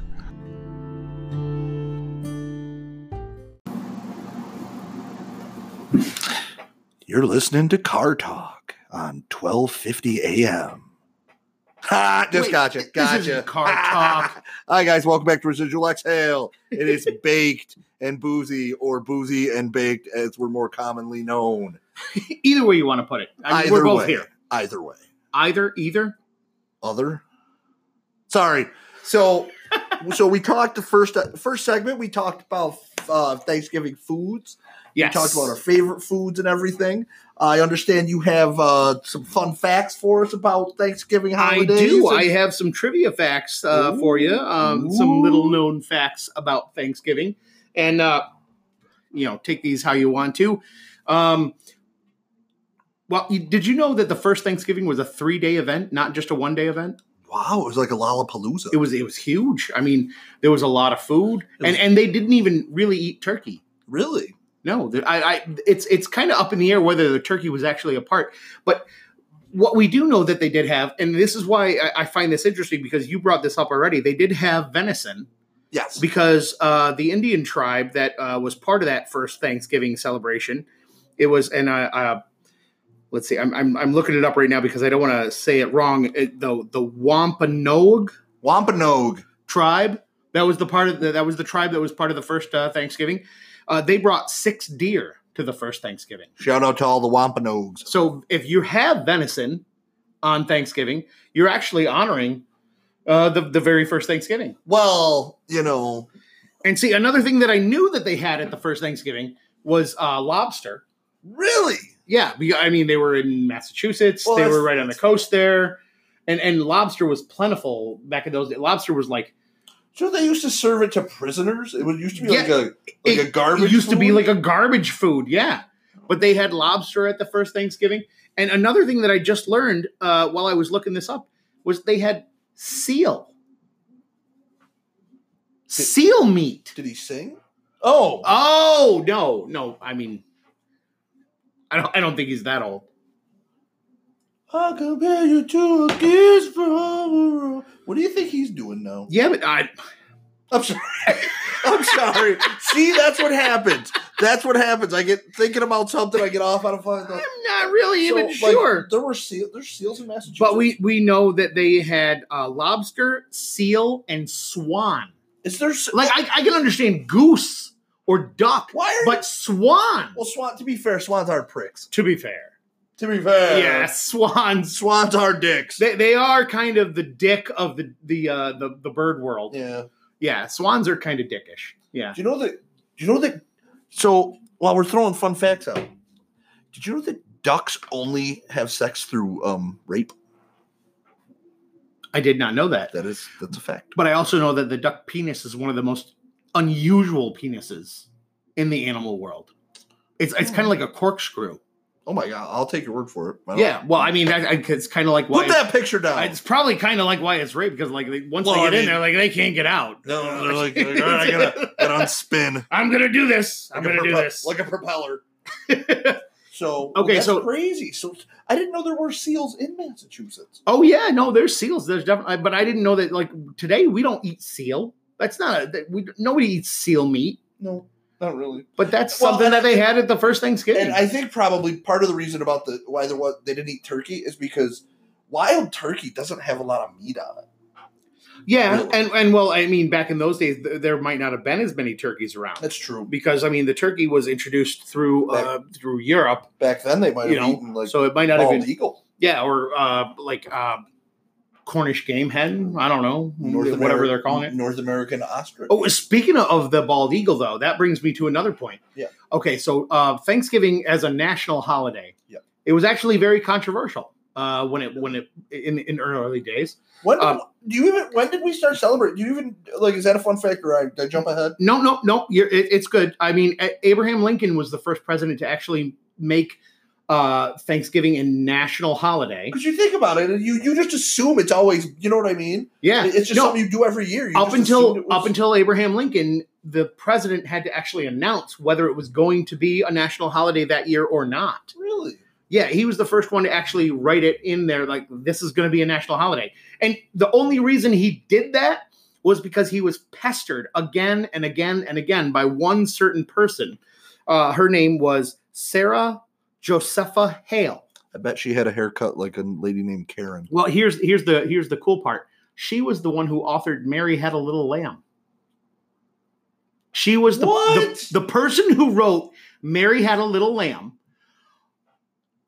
Speaker 3: You're listening to Car Talk on 12:50 a.m. Ha! Just
Speaker 2: Wait,
Speaker 3: gotcha.
Speaker 2: this
Speaker 3: Gotcha.
Speaker 2: isn't Car Talk.
Speaker 3: <laughs> Hi guys, welcome back to Residual Exhale. It is baked and boozy, or boozy and baked, as we're more commonly known.
Speaker 2: Either way you want to put it, I mean,
Speaker 3: Either
Speaker 2: we're both
Speaker 3: way.
Speaker 2: here.
Speaker 3: Either way,
Speaker 2: Either, either.
Speaker 3: other. Sorry. So,
Speaker 2: <laughs>
Speaker 3: so we talked the first uh, first segment. We talked about uh, Thanksgiving foods.
Speaker 2: Yes.
Speaker 3: We talked about our favorite foods and everything. I understand you have uh, some fun facts for us about Thanksgiving
Speaker 2: I
Speaker 3: holidays.
Speaker 2: do.
Speaker 3: and-
Speaker 2: I have some trivia facts uh, for you. Um, some
Speaker 3: Ooh.
Speaker 2: little known facts about Thanksgiving, and uh, you know, take these how you want to. Um, well, you, did you know that the first Thanksgiving was a three day event, not just a one day event?
Speaker 3: Wow, it was like a Lollapalooza.
Speaker 2: It was it was huge. I mean, there was a lot of food, and and they didn't even really eat turkey.
Speaker 3: really?
Speaker 2: No, the- I, I it's it's kind of up in the air whether the turkey was actually a part. But what we do know that they did have, and this is why I, I find this interesting because you brought this up already. They did have venison
Speaker 3: Yes.
Speaker 2: because uh, the Indian tribe that uh, was part of that first Thanksgiving celebration, it was, and uh, uh, let's see, I'm, I'm I'm looking it up right now because I don't want to say it wrong. It, the the Wampanoag
Speaker 3: Wampanoag.
Speaker 2: tribe that was the part of the, that was the tribe that was part of the first uh, Thanksgiving. Uh, they brought six deer to the first Thanksgiving.
Speaker 3: Shout out to all the Wampanoags.
Speaker 2: So if you have venison on Thanksgiving, you're actually honoring uh, the the very first Thanksgiving.
Speaker 3: Well, you know,
Speaker 2: And see, another thing that I knew that they had at the first Thanksgiving was uh, lobster.
Speaker 3: really?
Speaker 2: Yeah, we- I mean they were in Massachusetts.
Speaker 3: Well,
Speaker 2: they
Speaker 3: that's-
Speaker 2: were right on the coast there, and and lobster was plentiful back in those days. Lobster was like
Speaker 3: So they used to serve it to prisoners. It would used to be like
Speaker 2: Yeah,
Speaker 3: a like a garbage.
Speaker 2: It used to be
Speaker 3: food?
Speaker 2: like a garbage food, yeah. But they had lobster at the first Thanksgiving. And another thing that I just learned uh, while I was looking this up was they had seal. Seal meat.
Speaker 3: Did he sing? Oh,
Speaker 2: Oh no, no. I mean, I don't. I don't think he's that old.
Speaker 3: I compare you to a kiss from a world. What do you think he's doing now?
Speaker 2: Yeah, but I.
Speaker 3: I'm sorry. I'm sorry. See, that's what happens. That's what happens. I get thinking about something. I get off on a fucking.
Speaker 2: I'm not really
Speaker 3: So,
Speaker 2: even
Speaker 3: like,
Speaker 2: sure.
Speaker 3: there were seal, there's seals in Massachusetts.
Speaker 2: But we we know that they had uh, lobster, seal, and swan.
Speaker 3: is there s-
Speaker 2: Like I, I can understand goose or duck,
Speaker 3: why are
Speaker 2: but swan.
Speaker 3: you, well swan? To be fair, swans are pricks.
Speaker 2: to be fair.
Speaker 3: To be fair,
Speaker 2: Yeah, swans.
Speaker 3: swans are dicks.
Speaker 2: They, they are kind of the dick of the the uh, the, the bird world. Yeah.
Speaker 3: yeah.
Speaker 2: swans are kind of dickish. Yeah.
Speaker 3: Do you know that? Do you know that? So while we're throwing fun facts out, did you know that ducks only have sex through um rape?
Speaker 2: I did not know that.
Speaker 3: That is that's a fact.
Speaker 2: But I also know that the duck penis is one of the most unusual penises in the animal world. It's it's kind of like a corkscrew.
Speaker 3: Oh my god, I'll take your word for it. I don't-
Speaker 2: Yeah. Well, I mean, that, I- it's kind of like why
Speaker 3: Put that picture down.
Speaker 2: it's probably kind of like why it's rape because like they, once
Speaker 3: Well,
Speaker 2: they
Speaker 3: I
Speaker 2: get in
Speaker 3: mean-
Speaker 2: there, like they can't get out. <laughs>
Speaker 3: no, no, no, like, like, all right, I gotta get on spin.
Speaker 2: I'm gonna do this. I'm
Speaker 3: Like a
Speaker 2: gonna do
Speaker 3: prope-
Speaker 2: this.
Speaker 3: like a propeller.
Speaker 2: <laughs>
Speaker 3: So
Speaker 2: Okay,
Speaker 3: that's
Speaker 2: so-
Speaker 3: crazy. So I didn't know there were seals in Massachusetts.
Speaker 2: Oh yeah, no, there's seals. There's definitely, but I didn't know that. Like today, we don't eat seal. That's not a, that we nobody eats seal meat.
Speaker 3: No, not really.
Speaker 2: But that's
Speaker 3: Well,
Speaker 2: something
Speaker 3: and
Speaker 2: that they had at the first Thanksgiving.
Speaker 3: And I think probably part of the reason about the why there was they didn't eat turkey is because wild turkey doesn't have a lot of meat on it.
Speaker 2: yeah,
Speaker 3: Really?
Speaker 2: and and well, I mean, back in those days, th- there might not have been as many turkeys around
Speaker 3: That's true.
Speaker 2: because I mean, the turkey was introduced through uh, through Europe,
Speaker 3: Back then they might have
Speaker 2: you know,
Speaker 3: eaten like
Speaker 2: so it might not have
Speaker 3: bald
Speaker 2: been.
Speaker 3: eagle.
Speaker 2: Yeah, or uh, like uh, Cornish game hen. I don't know,
Speaker 3: Mm-hmm.
Speaker 2: whatever
Speaker 3: Ameri-
Speaker 2: they're calling it.
Speaker 3: North American ostrich.
Speaker 2: Oh, speaking of the bald eagle, though, that brings me to another point.
Speaker 3: Yeah.
Speaker 2: Okay, so uh, Thanksgiving as a national holiday.
Speaker 3: Yeah.
Speaker 2: It was actually very controversial uh, when it when it in in early days.
Speaker 3: when
Speaker 2: um,
Speaker 3: do you even? When did we start celebrating? Do you even like? Is that a fun fact or I, did I jump ahead?
Speaker 2: No, no, no. You're, it, it's good. I mean, A- Abraham Lincoln was the first president to actually make uh, Thanksgiving a national holiday.
Speaker 3: Because you think about it, and you you just assume it's always. You know what I mean?
Speaker 2: Yeah,
Speaker 3: It's just
Speaker 2: No,
Speaker 3: something you do every year. You
Speaker 2: up
Speaker 3: just
Speaker 2: until
Speaker 3: assumed it was-
Speaker 2: up until Abraham Lincoln, the president had to actually announce whether it was going to be a national holiday that year or not.
Speaker 3: really.
Speaker 2: Yeah, he was the first one to actually write it in there, like this is going to be a national holiday. And the only reason he did that was because he was pestered again and again and again by one certain person. Uh, her name was Sarah Josepha Hale.
Speaker 3: I bet she had a haircut like a lady named Karen.
Speaker 2: Well, here's here's the here's the cool part. She was the one who authored "Mary Had a Little Lamb." She was the
Speaker 3: What?
Speaker 2: the, the person who wrote "Mary Had a Little Lamb."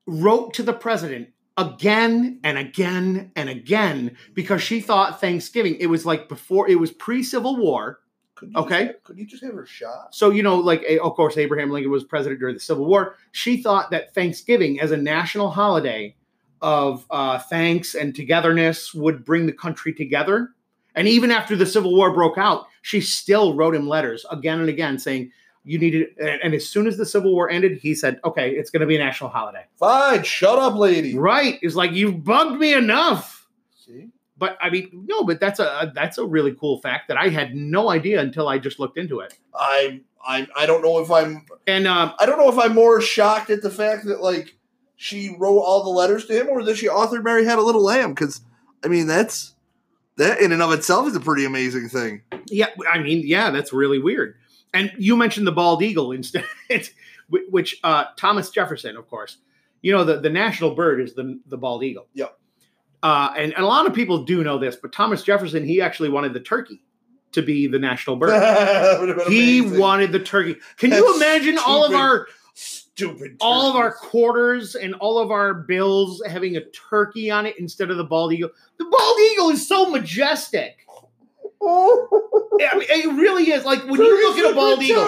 Speaker 2: Wrote to the president again and again and again because she thought Thanksgiving. It was like before it was pre Civil War.
Speaker 3: Could
Speaker 2: Okay.
Speaker 3: Just, could you just have her shot?
Speaker 2: So, you know, like, eh, of course, Abraham Lincoln was president during the Civil War. She thought that Thanksgiving as a national holiday of uh, thanks and togetherness would bring the country together. And even after the Civil War broke out, she still wrote him letters again and again saying, you needed, and, and as soon as the Civil War ended, he said, okay, it's going to be a national holiday.
Speaker 3: Fine. Shut up, lady.
Speaker 2: Right. It's like, you've bugged me enough
Speaker 3: See?
Speaker 2: but I mean, no, but that's a that's a really cool fact that I had no idea until I just looked into it.
Speaker 3: I I I don't know if I'm
Speaker 2: And um,
Speaker 3: I don't know if I'm more shocked at the fact that like she wrote all the letters to him or that she authored Mary Had a Little Lamb because I mean that's that in and of itself is a pretty amazing thing.
Speaker 2: yeah, I mean, yeah, that's really weird. And you mentioned the bald eagle instead, <laughs> whi- which uh, Thomas Jefferson, of course, you know the, the national bird is the the bald eagle.
Speaker 3: Yep.
Speaker 2: Uh, and, and a lot of people do know this, but Thomas Jefferson he actually wanted the turkey to be the national bird.
Speaker 3: <laughs> That would've been
Speaker 2: he
Speaker 3: amazing.
Speaker 2: wanted the turkey. Can you
Speaker 3: That's
Speaker 2: imagine all of
Speaker 3: stupid.
Speaker 2: our
Speaker 3: stupid
Speaker 2: all of our
Speaker 3: turkeys.
Speaker 2: quarters and all of our bills having a turkey on it instead of the bald eagle. The bald eagle is so
Speaker 3: <laughs>
Speaker 2: majestic.
Speaker 3: Oh.
Speaker 2: I mean, it really is. Like when you look at a bald eagle,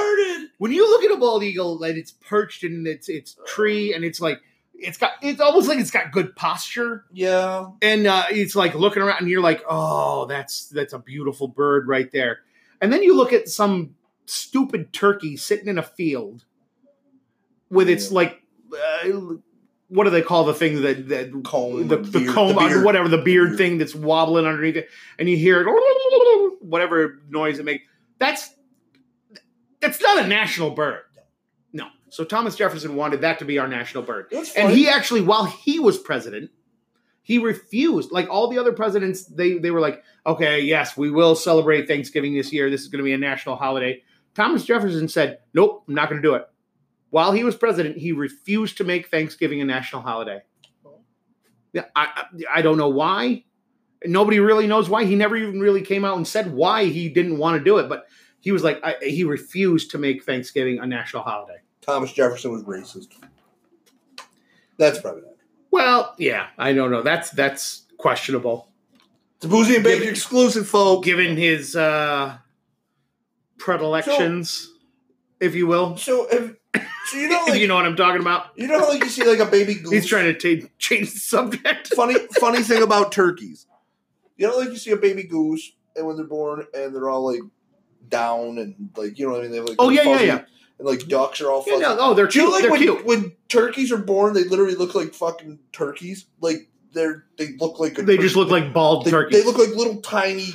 Speaker 2: when you look at a bald eagle, like it's perched in its its tree, and it's like it's got it's almost like it's got good posture,
Speaker 3: Yeah.
Speaker 2: and uh, it's like looking around, and you're like, oh, that's that's a beautiful bird right there. And then you look at some stupid turkey sitting in a field with its
Speaker 3: Yeah.
Speaker 2: like, uh, what do they call the thing that that
Speaker 3: Comb.
Speaker 2: the, the
Speaker 3: beard-
Speaker 2: comb,
Speaker 3: beard.
Speaker 2: whatever, the beard
Speaker 3: beard.
Speaker 2: thing that's wobbling underneath it, and you hear it, whatever noise it makes. That's that's not a national bird. No. So Thomas Jefferson wanted that to be our national bird,
Speaker 3: That's
Speaker 2: and
Speaker 3: funny.
Speaker 2: he actually, while he was president, he refused. Like all the other presidents, they they were like, okay, yes, we will celebrate Thanksgiving this year. This is going to be a national holiday. Thomas Jefferson said, nope, I'm not going to do it. While he was president, he refused to make Thanksgiving a national holiday. Yeah, I, I I don't know why. Nobody really knows why. He never even really came out and said why he didn't want to do it, but he was like I, he refused to make Thanksgiving a national holiday.
Speaker 3: Thomas Jefferson was racist. That's probably not.
Speaker 2: Well, yeah, I don't know. That's that's questionable
Speaker 3: It's a Boozy and
Speaker 2: Give
Speaker 3: Baker
Speaker 2: it-
Speaker 3: exclusive, folks.
Speaker 2: given his uh predilections, if you will.
Speaker 3: So, if,
Speaker 2: <laughs>
Speaker 3: so you know,
Speaker 2: if
Speaker 3: like,
Speaker 2: you know what I'm talking about.
Speaker 3: You know how like you see like a baby
Speaker 2: <laughs>
Speaker 3: goose.
Speaker 2: He's trying to ta change the
Speaker 3: <laughs>
Speaker 2: subject.
Speaker 3: funny funny thing about turkeys. You know like you see a baby goose and when they're born and they're all like down and like you know what I mean they have like
Speaker 2: Oh, yeah, yeah,
Speaker 3: fuzzy-
Speaker 2: yeah.
Speaker 3: and like ducks are all
Speaker 2: Yeah,
Speaker 3: fuzzy.
Speaker 2: no, oh, they're
Speaker 3: Do you
Speaker 2: cute.
Speaker 3: know, like
Speaker 2: they're
Speaker 3: when
Speaker 2: cute.
Speaker 3: when turkeys are born they literally look like fucking turkeys like they're they look like a
Speaker 2: They
Speaker 3: turkey.
Speaker 2: just look like bald
Speaker 3: they,
Speaker 2: turkeys.
Speaker 3: they look like little tiny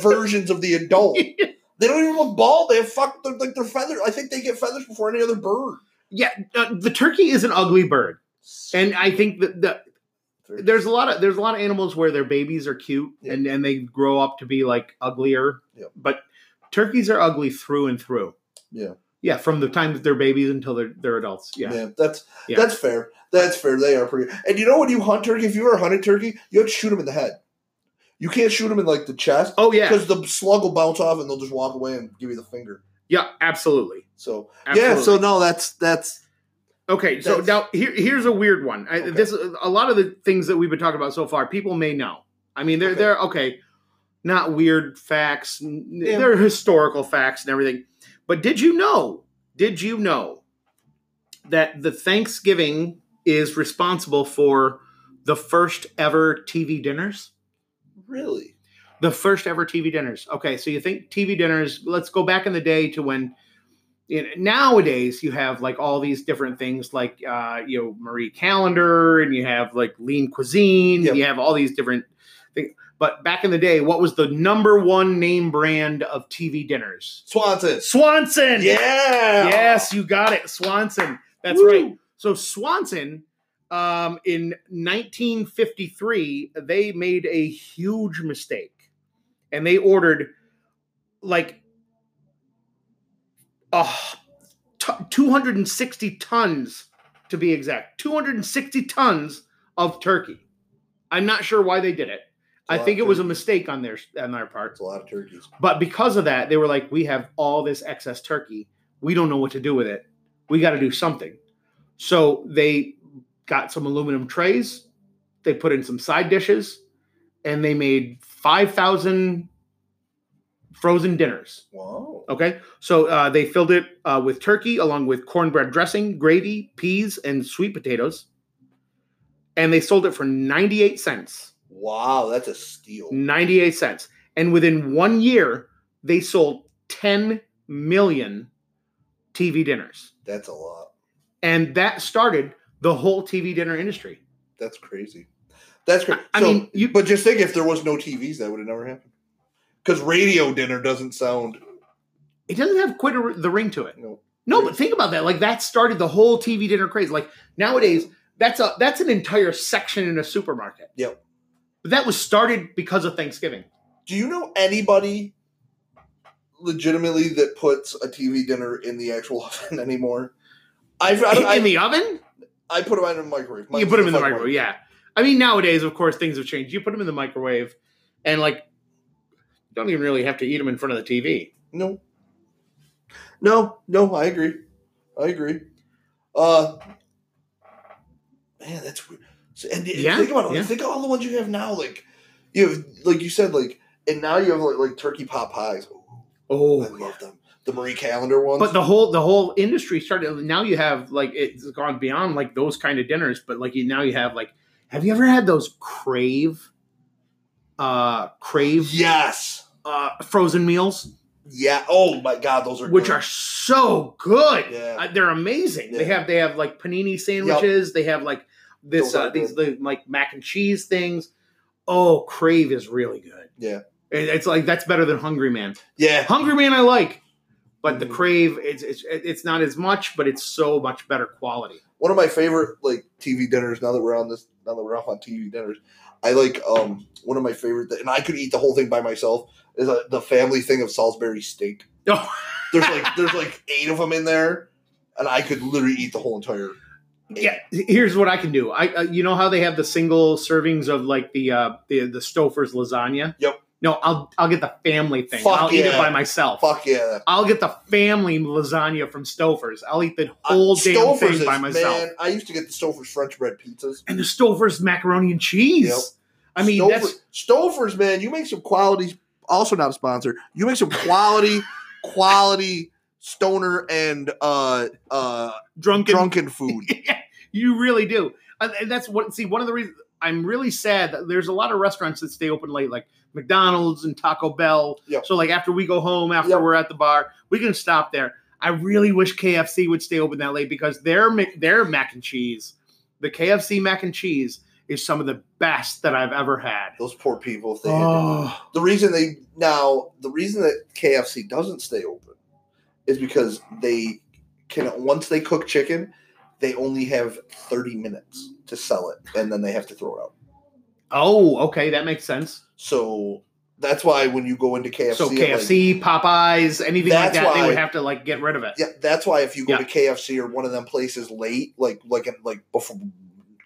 Speaker 3: versions of the adult. They don't even look bald. They have fuck. They're like their feathers. I think they get feathers before any other bird.
Speaker 2: yeah, uh, the turkey is an ugly bird, and I think that the there's a lot of there's a lot of animals where their babies are cute
Speaker 3: Yeah.
Speaker 2: and and they grow up to be like uglier.
Speaker 3: Yeah.
Speaker 2: But turkeys are ugly through and through.
Speaker 3: Yeah.
Speaker 2: Yeah, from the time that they're babies until they're they're adults. Yeah.
Speaker 3: Yeah, that's
Speaker 2: Yeah.
Speaker 3: that's fair. That's fair. They are pretty. And you know when you hunt turkey, if you ever hunted turkey, you have to shoot them in the head. You can't shoot them in like the chest
Speaker 2: Oh yeah.
Speaker 3: because the slug will bounce off and they'll just walk away and give you the finger.
Speaker 2: Yeah, absolutely.
Speaker 3: So
Speaker 2: absolutely.
Speaker 3: yeah, so no, that's that's
Speaker 2: Okay, so
Speaker 3: That's-
Speaker 2: now here, here's a weird one. I,
Speaker 3: Okay.
Speaker 2: This a lot of the things that we've been talking about so far, people may know. I mean, they're
Speaker 3: Okay.
Speaker 2: they're okay, not weird facts. n-
Speaker 3: Yeah.
Speaker 2: They're historical facts and everything. But did you know? Did you know that the Thanksgiving is responsible for the first ever TV dinners?
Speaker 3: Really?
Speaker 2: The first ever TV dinners. Okay, so you think TV dinners, let's go back in the day to when you know, nowadays you have like all these different things like uh, you know Marie Calendar and you have like lean cuisine
Speaker 3: Yep.
Speaker 2: and you have all these different things. But back in the day, what was the number one name brand of TV dinners?
Speaker 3: Swanson.
Speaker 2: Swanson.
Speaker 3: Yeah.
Speaker 2: Yes, you got it. Swanson. That's
Speaker 3: Woo.
Speaker 2: right. So Swanson, um, in 1953, they made a huge mistake, and they ordered like uh, t- 260 tons, to be exact, 260 tons of turkey. I'm not sure why they did it. I
Speaker 3: It's lot
Speaker 2: think it
Speaker 3: of
Speaker 2: was a
Speaker 3: turkey.
Speaker 2: mistake on their on their part.
Speaker 3: It's a lot of turkeys.
Speaker 2: But because of that, they were like, we have all this excess turkey. We don't know what to do with it. We got to do something. So they got some aluminum trays, they put in some side dishes, and they made 5,000 frozen dinners.
Speaker 3: Wow.
Speaker 2: Okay. So uh, they filled it uh, with turkey along with cornbread dressing, gravy, peas, and sweet potatoes. And they sold it for 98 cents.
Speaker 3: Wow, that's a steal.
Speaker 2: 98 cents. And within one year, they sold 10 million TV dinners.
Speaker 3: That's a lot.
Speaker 2: And that started the whole TV dinner industry.
Speaker 3: That's crazy. That's crazy.
Speaker 2: I
Speaker 3: so,
Speaker 2: mean, you-
Speaker 3: but just think if there was no TVs, that would have never happened. Because radio dinner doesn't sound.
Speaker 2: It doesn't have quite a, the ring to it.
Speaker 3: You know,
Speaker 2: No, but think about that. Like that started the whole TV dinner craze. Like nowadays, that's a that's an entire section in a supermarket.
Speaker 3: Yep.
Speaker 2: But that was started because of Thanksgiving.
Speaker 3: do you know anybody legitimately that puts a TV dinner in the actual oven <laughs> anymore? I've, I,
Speaker 2: In,
Speaker 3: don't- I,
Speaker 2: the oven?
Speaker 3: I put them in the microwave.
Speaker 2: you put them in the microwave. Yeah. I mean, nowadays, of course, things have changed. You put them in the microwave, and like, you don't even really have to eat them in front of the TV.
Speaker 3: No. No, no, I agree. I agree. Uh man, that's weird. So, and and
Speaker 2: Yeah,
Speaker 3: think about it.
Speaker 2: yeah.
Speaker 3: Think of all the ones you have now. Like you have, like you said, like and now you have like, like turkey pot pies. I
Speaker 2: Oh,
Speaker 3: love them. The Marie Calendar ones.
Speaker 2: but the whole the whole industry started. Now you have like it's gone beyond like those kind of dinners, but like you now you have like, have you ever had those crave, uh, crave
Speaker 3: yes,
Speaker 2: uh frozen meals,
Speaker 3: yeah. Oh my God, those are
Speaker 2: which
Speaker 3: good.
Speaker 2: are so good.
Speaker 3: Yeah.
Speaker 2: Uh, they're amazing. They
Speaker 3: Yeah.
Speaker 2: have they have like panini sandwiches. They have like this
Speaker 3: Those are
Speaker 2: uh, these the, like mac and cheese things. Oh, Crave is really good.
Speaker 3: Yeah.
Speaker 2: It- it's like that's better than Hungry Man.
Speaker 3: yeah.
Speaker 2: Hungry Man I like, but the
Speaker 3: Mhm.
Speaker 2: Crave it's it's it's not as much, but it's so much better quality.
Speaker 3: one of my favorite like TV dinners. Now that we're on this, now that we're off on TV dinners, I like um one of my favorite, and I could eat the whole thing by myself. Is uh the family thing of Salisbury steak.
Speaker 2: Oh.
Speaker 3: there's
Speaker 2: <laughs>
Speaker 3: like there's like eight of them in there, and I could literally eat the whole entire.
Speaker 2: Yeah, here's what I can do. I uh, you know how they have the single servings of like the uh the the Stouffer's lasagna.
Speaker 3: Yep.
Speaker 2: No, I'll I'll get the family thing.
Speaker 3: Fuck
Speaker 2: I'll eat it
Speaker 3: yeah.
Speaker 2: by myself.
Speaker 3: Fuck yeah!
Speaker 2: I'll get the family lasagna from Stouffer's. I'll eat the whole damn
Speaker 3: Uh, Stouffer's
Speaker 2: thing by
Speaker 3: is-
Speaker 2: myself.
Speaker 3: Man, I used to get the Stouffer's French bread pizzas.
Speaker 2: And the Stouffer's macaroni and cheese.
Speaker 3: Yep.
Speaker 2: I mean,
Speaker 3: Stouffer-
Speaker 2: that's
Speaker 3: Stouffer's, man. You make some quality. Also not a sponsor. You make some quality,
Speaker 2: <laughs>
Speaker 3: quality stoner and uh uh
Speaker 2: drunken.
Speaker 3: drunken food.
Speaker 2: You really do. Uh, And and that's what. See, one of the reasons I'm really sad that there's a lot of restaurants that stay open late, like McDonald's and Taco Bell.
Speaker 3: Yep.
Speaker 2: So, like after we go home, after
Speaker 3: Yep.
Speaker 2: we're at the bar, we can stop there. I really wish KFC would stay open that late because their mac- their mac and cheese, the KFC mac and cheese, is some of the best that I've ever had.
Speaker 3: Those poor people. If they had to-
Speaker 2: Oh.
Speaker 3: the reason they now the reason that KFC doesn't stay open is because they can once they cook chicken, they only have thirty minutes to sell it, and then they have to throw it out.
Speaker 2: Oh, okay, that makes sense.
Speaker 3: So that's why when you go into KFC,
Speaker 2: so
Speaker 3: at, like-
Speaker 2: KFC, Popeyes, anything like
Speaker 3: That's
Speaker 2: that, they
Speaker 3: why-
Speaker 2: would have to like get rid of it.
Speaker 3: yeah, that's why if you go
Speaker 2: Yeah.
Speaker 3: to KFC or one of them places late, like like like before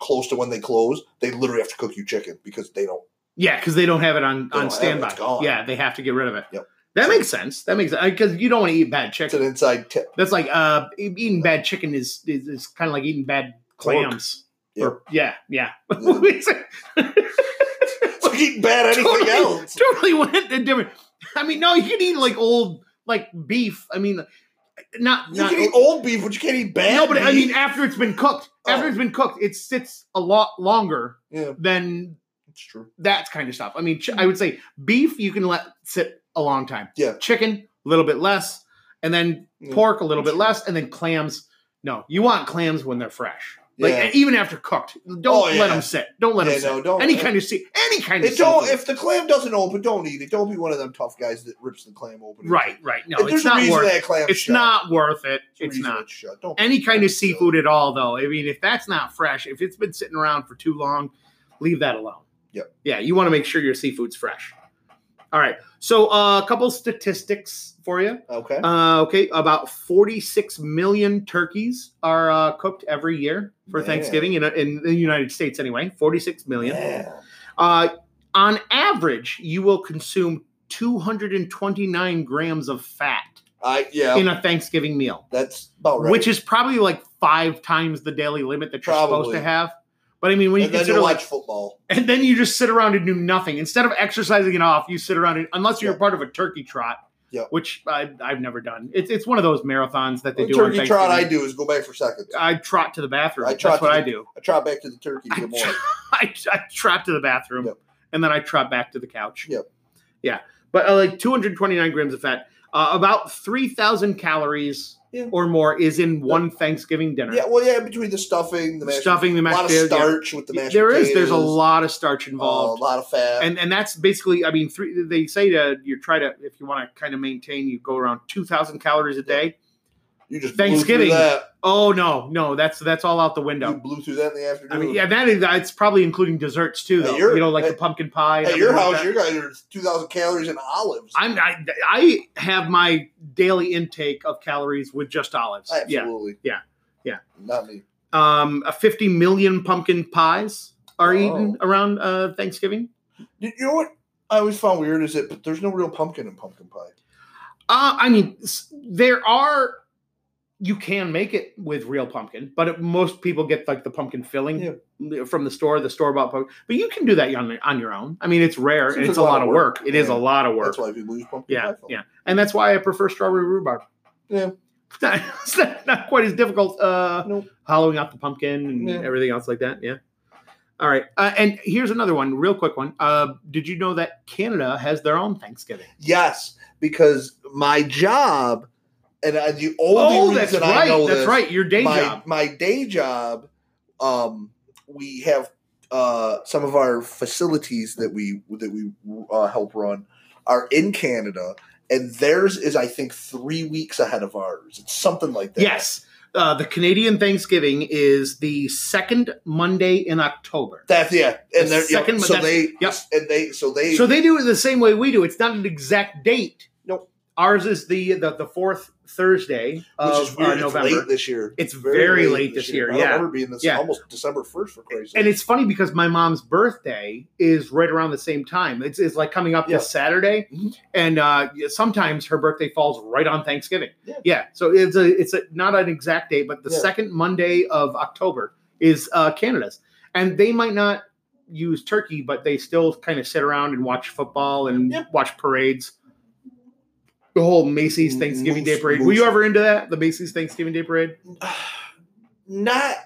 Speaker 3: close to when they close, they literally have to cook you chicken because they don't.
Speaker 2: Yeah, because they don't have it on
Speaker 3: They don't have it,
Speaker 2: on
Speaker 3: it's
Speaker 2: standby.
Speaker 3: gone.
Speaker 2: yeah, they have to get rid of it.
Speaker 3: Yep.
Speaker 2: That makes sense. That makes because you don't want to eat bad
Speaker 3: It's an
Speaker 2: chicken.
Speaker 3: inside tip. <laughs>
Speaker 2: That's like uh, e- eating bad chicken is is, is kind of like eating bad
Speaker 3: Pork.
Speaker 2: clams. Or- yeah,
Speaker 3: <laughs>
Speaker 2: yeah. <laughs> It's like-
Speaker 3: It's like eating bad anything
Speaker 2: totally,
Speaker 3: else.
Speaker 2: totally went a different. I mean, no, you can eat like old like beef. I mean, not
Speaker 3: You
Speaker 2: not
Speaker 3: can eat old beef, but you can't eat bad.
Speaker 2: no, but I
Speaker 3: beef.
Speaker 2: mean after it's been cooked. After
Speaker 3: Oh.
Speaker 2: it's been cooked, it sits a lot longer
Speaker 3: yeah,
Speaker 2: than
Speaker 3: it's true.
Speaker 2: that kind of stuff. I mean, ch- I would say beef you can let sit a long time.
Speaker 3: Yeah.
Speaker 2: Chicken a little bit less, and then
Speaker 3: Yeah.
Speaker 2: pork a little bit
Speaker 3: Sure.
Speaker 2: less, and then clams. No, you want clams when they're fresh, like
Speaker 3: Yeah.
Speaker 2: and even after cooked. Don't
Speaker 3: Oh,
Speaker 2: let
Speaker 3: yeah.
Speaker 2: them sit. Don't let
Speaker 3: Yeah,
Speaker 2: them sit.
Speaker 3: no, don't-
Speaker 2: any
Speaker 3: uh,
Speaker 2: kind of sea, any kind of
Speaker 3: It don't.
Speaker 2: seafood.
Speaker 3: If the clam doesn't open, don't eat it. Don't be one of them tough guys that rips the clam open.
Speaker 2: right, right. No,
Speaker 3: If
Speaker 2: it's
Speaker 3: there's a
Speaker 2: not
Speaker 3: reason
Speaker 2: worth.
Speaker 3: that clam.
Speaker 2: It's
Speaker 3: shut.
Speaker 2: not worth it.
Speaker 3: There's a
Speaker 2: It's
Speaker 3: reason
Speaker 2: not
Speaker 3: it's shut. Don't.
Speaker 2: any kind of
Speaker 3: So-
Speaker 2: seafood at all, though. I mean, if that's not fresh, if it's been sitting around for too long, leave that alone.
Speaker 3: Yep.
Speaker 2: Yeah, you want to make sure your seafood's fresh. All right. So, uh, a couple statistics for you.
Speaker 3: Okay.
Speaker 2: Uh, okay, about 46 million turkeys are uh, cooked every year for
Speaker 3: Man.
Speaker 2: Thanksgiving in, in the United States, anyway. 46 million.
Speaker 3: Yeah.
Speaker 2: Uh, on average, you will consume 229 grams of fat
Speaker 3: I yeah.
Speaker 2: in a Thanksgiving meal
Speaker 3: that's about right.
Speaker 2: which is probably like five times the daily limit that you're supposed
Speaker 3: Probably.
Speaker 2: to have. But I mean, when you
Speaker 3: and then
Speaker 2: consider
Speaker 3: you watch
Speaker 2: like,
Speaker 3: football.
Speaker 2: and then you just sit around and do nothing instead of exercising it off. You sit around and, unless you're
Speaker 3: Yeah.
Speaker 2: part of a turkey trot,
Speaker 3: Yeah.
Speaker 2: which I, I've never done. It's it's one of those marathons that they
Speaker 3: The
Speaker 2: do. on
Speaker 3: turkey trot I
Speaker 2: Thanksgiving.
Speaker 3: do is go back for seconds.
Speaker 2: I trot to the bathroom.
Speaker 3: I
Speaker 2: That's
Speaker 3: trot
Speaker 2: what
Speaker 3: to
Speaker 2: I
Speaker 3: the-
Speaker 2: do. <laughs>
Speaker 3: I trot back to the turkey in the morning.
Speaker 2: I, I trot to the bathroom,
Speaker 3: Yep.
Speaker 2: and then I trot back to the couch.
Speaker 3: Yep.
Speaker 2: Yeah, but uh, like 229 grams of fat, uh, about 3,000 calories
Speaker 3: Yeah.
Speaker 2: or more is in one Thanksgiving dinner.
Speaker 3: Yeah, well, yeah, between the stuffing, the mashed
Speaker 2: stuffing the
Speaker 3: a
Speaker 2: mashed
Speaker 3: lot of
Speaker 2: potatoes, yeah.
Speaker 3: starch with the mashed
Speaker 2: There is.
Speaker 3: potatoes.
Speaker 2: There's a lot of starch
Speaker 3: uh,
Speaker 2: involved,
Speaker 3: a lot of fat.
Speaker 2: and and that's basically. I mean, three. They say to you try to if you want to kind of maintain, you go around two thousand calories a day.
Speaker 3: you just
Speaker 2: Thanksgiving.
Speaker 3: Blew through that.
Speaker 2: Oh no, no, that's that's all out the
Speaker 3: You
Speaker 2: window.
Speaker 3: blew through that in the afternoon.
Speaker 2: I mean, yeah, that is. That's probably including desserts too,
Speaker 3: At
Speaker 2: though.
Speaker 3: your-
Speaker 2: you know, like the
Speaker 3: at-
Speaker 2: pumpkin pie. and
Speaker 3: At your
Speaker 2: everything like
Speaker 3: house,
Speaker 2: that.
Speaker 3: your guys are two thousand calories in olives.
Speaker 2: I'm I, I have my daily intake of calories with just olives. Yeah.
Speaker 3: Absolutely.
Speaker 2: yeah, yeah.
Speaker 3: Not me.
Speaker 2: Um, uh, 50 million pumpkin pies are eaten around uh, Thanksgiving.
Speaker 3: You you know what I always found weird is that there's no real pumpkin in pumpkin pie.
Speaker 2: Uh, I mean, s- there are you can make it with real pumpkin, but it, most people get like the pumpkin filling from the store, the store bought pumpkin. But you can do that on, on your own. I mean, it's rare. and
Speaker 3: Seems
Speaker 2: it's a lot of work. It is a
Speaker 3: Yeah.
Speaker 2: lot of work.
Speaker 3: That's why people use pumpkin
Speaker 2: yeah,
Speaker 3: pie. filling.
Speaker 2: yeah, and that's why I prefer strawberry rhubarb.
Speaker 3: Yeah.
Speaker 2: It's <laughs> not, it's not, not quite as difficult. Uh,
Speaker 3: Nope.
Speaker 2: hollowing out the pumpkin and
Speaker 3: Yeah.
Speaker 2: everything else like that. Yeah. All right, uh, and here's another one, real quick one. Uh, did you know that Canada has their own Thanksgiving?
Speaker 3: Yes, because my job, and I, the
Speaker 2: Oh,
Speaker 3: only reason
Speaker 2: that's
Speaker 3: I
Speaker 2: right.
Speaker 3: know
Speaker 2: that's
Speaker 3: this,
Speaker 2: right. Your day
Speaker 3: my
Speaker 2: job.
Speaker 3: my day job, um, we have uh, some of our facilities that we that we uh, help run are in Canada, and theirs is I think three weeks ahead of ours. It's something like that.
Speaker 2: Yes. Uh, the Canadian Thanksgiving is the second Monday in October.
Speaker 3: That's yeah,
Speaker 2: The
Speaker 3: and they're yeah,
Speaker 2: second-
Speaker 3: so
Speaker 2: that's-
Speaker 3: they
Speaker 2: yep.
Speaker 3: and they so they
Speaker 2: So they do it the same way we do. It's not an exact date.
Speaker 3: Nope.
Speaker 2: Ours is the the, the fourth Thursday of
Speaker 3: which is weird.
Speaker 2: uh,
Speaker 3: it's
Speaker 2: November.
Speaker 3: late this year.
Speaker 2: It's very late this year,
Speaker 3: I don't
Speaker 2: yeah.
Speaker 3: remember being this
Speaker 2: Yeah.
Speaker 3: almost December first for crazy.
Speaker 2: and it's funny because my mom's birthday is right around the same time. It's, it's like coming up
Speaker 3: Yeah.
Speaker 2: this Saturday,
Speaker 3: Mhm.
Speaker 2: and uh, sometimes her birthday falls right on Thanksgiving.
Speaker 3: Yeah.
Speaker 2: so it's a it's a, not an exact date, but the
Speaker 3: Yeah.
Speaker 2: second Monday of October is uh, Canada's, and they might not use turkey, but they still kind of sit around and watch football and
Speaker 3: Yeah.
Speaker 2: watch parades. The whole Macy's
Speaker 3: Mm,
Speaker 2: Thanksgiving
Speaker 3: moose-
Speaker 2: Day Parade. Were you
Speaker 3: moose.
Speaker 2: ever into that? The Macy's Thanksgiving Day Parade.
Speaker 3: not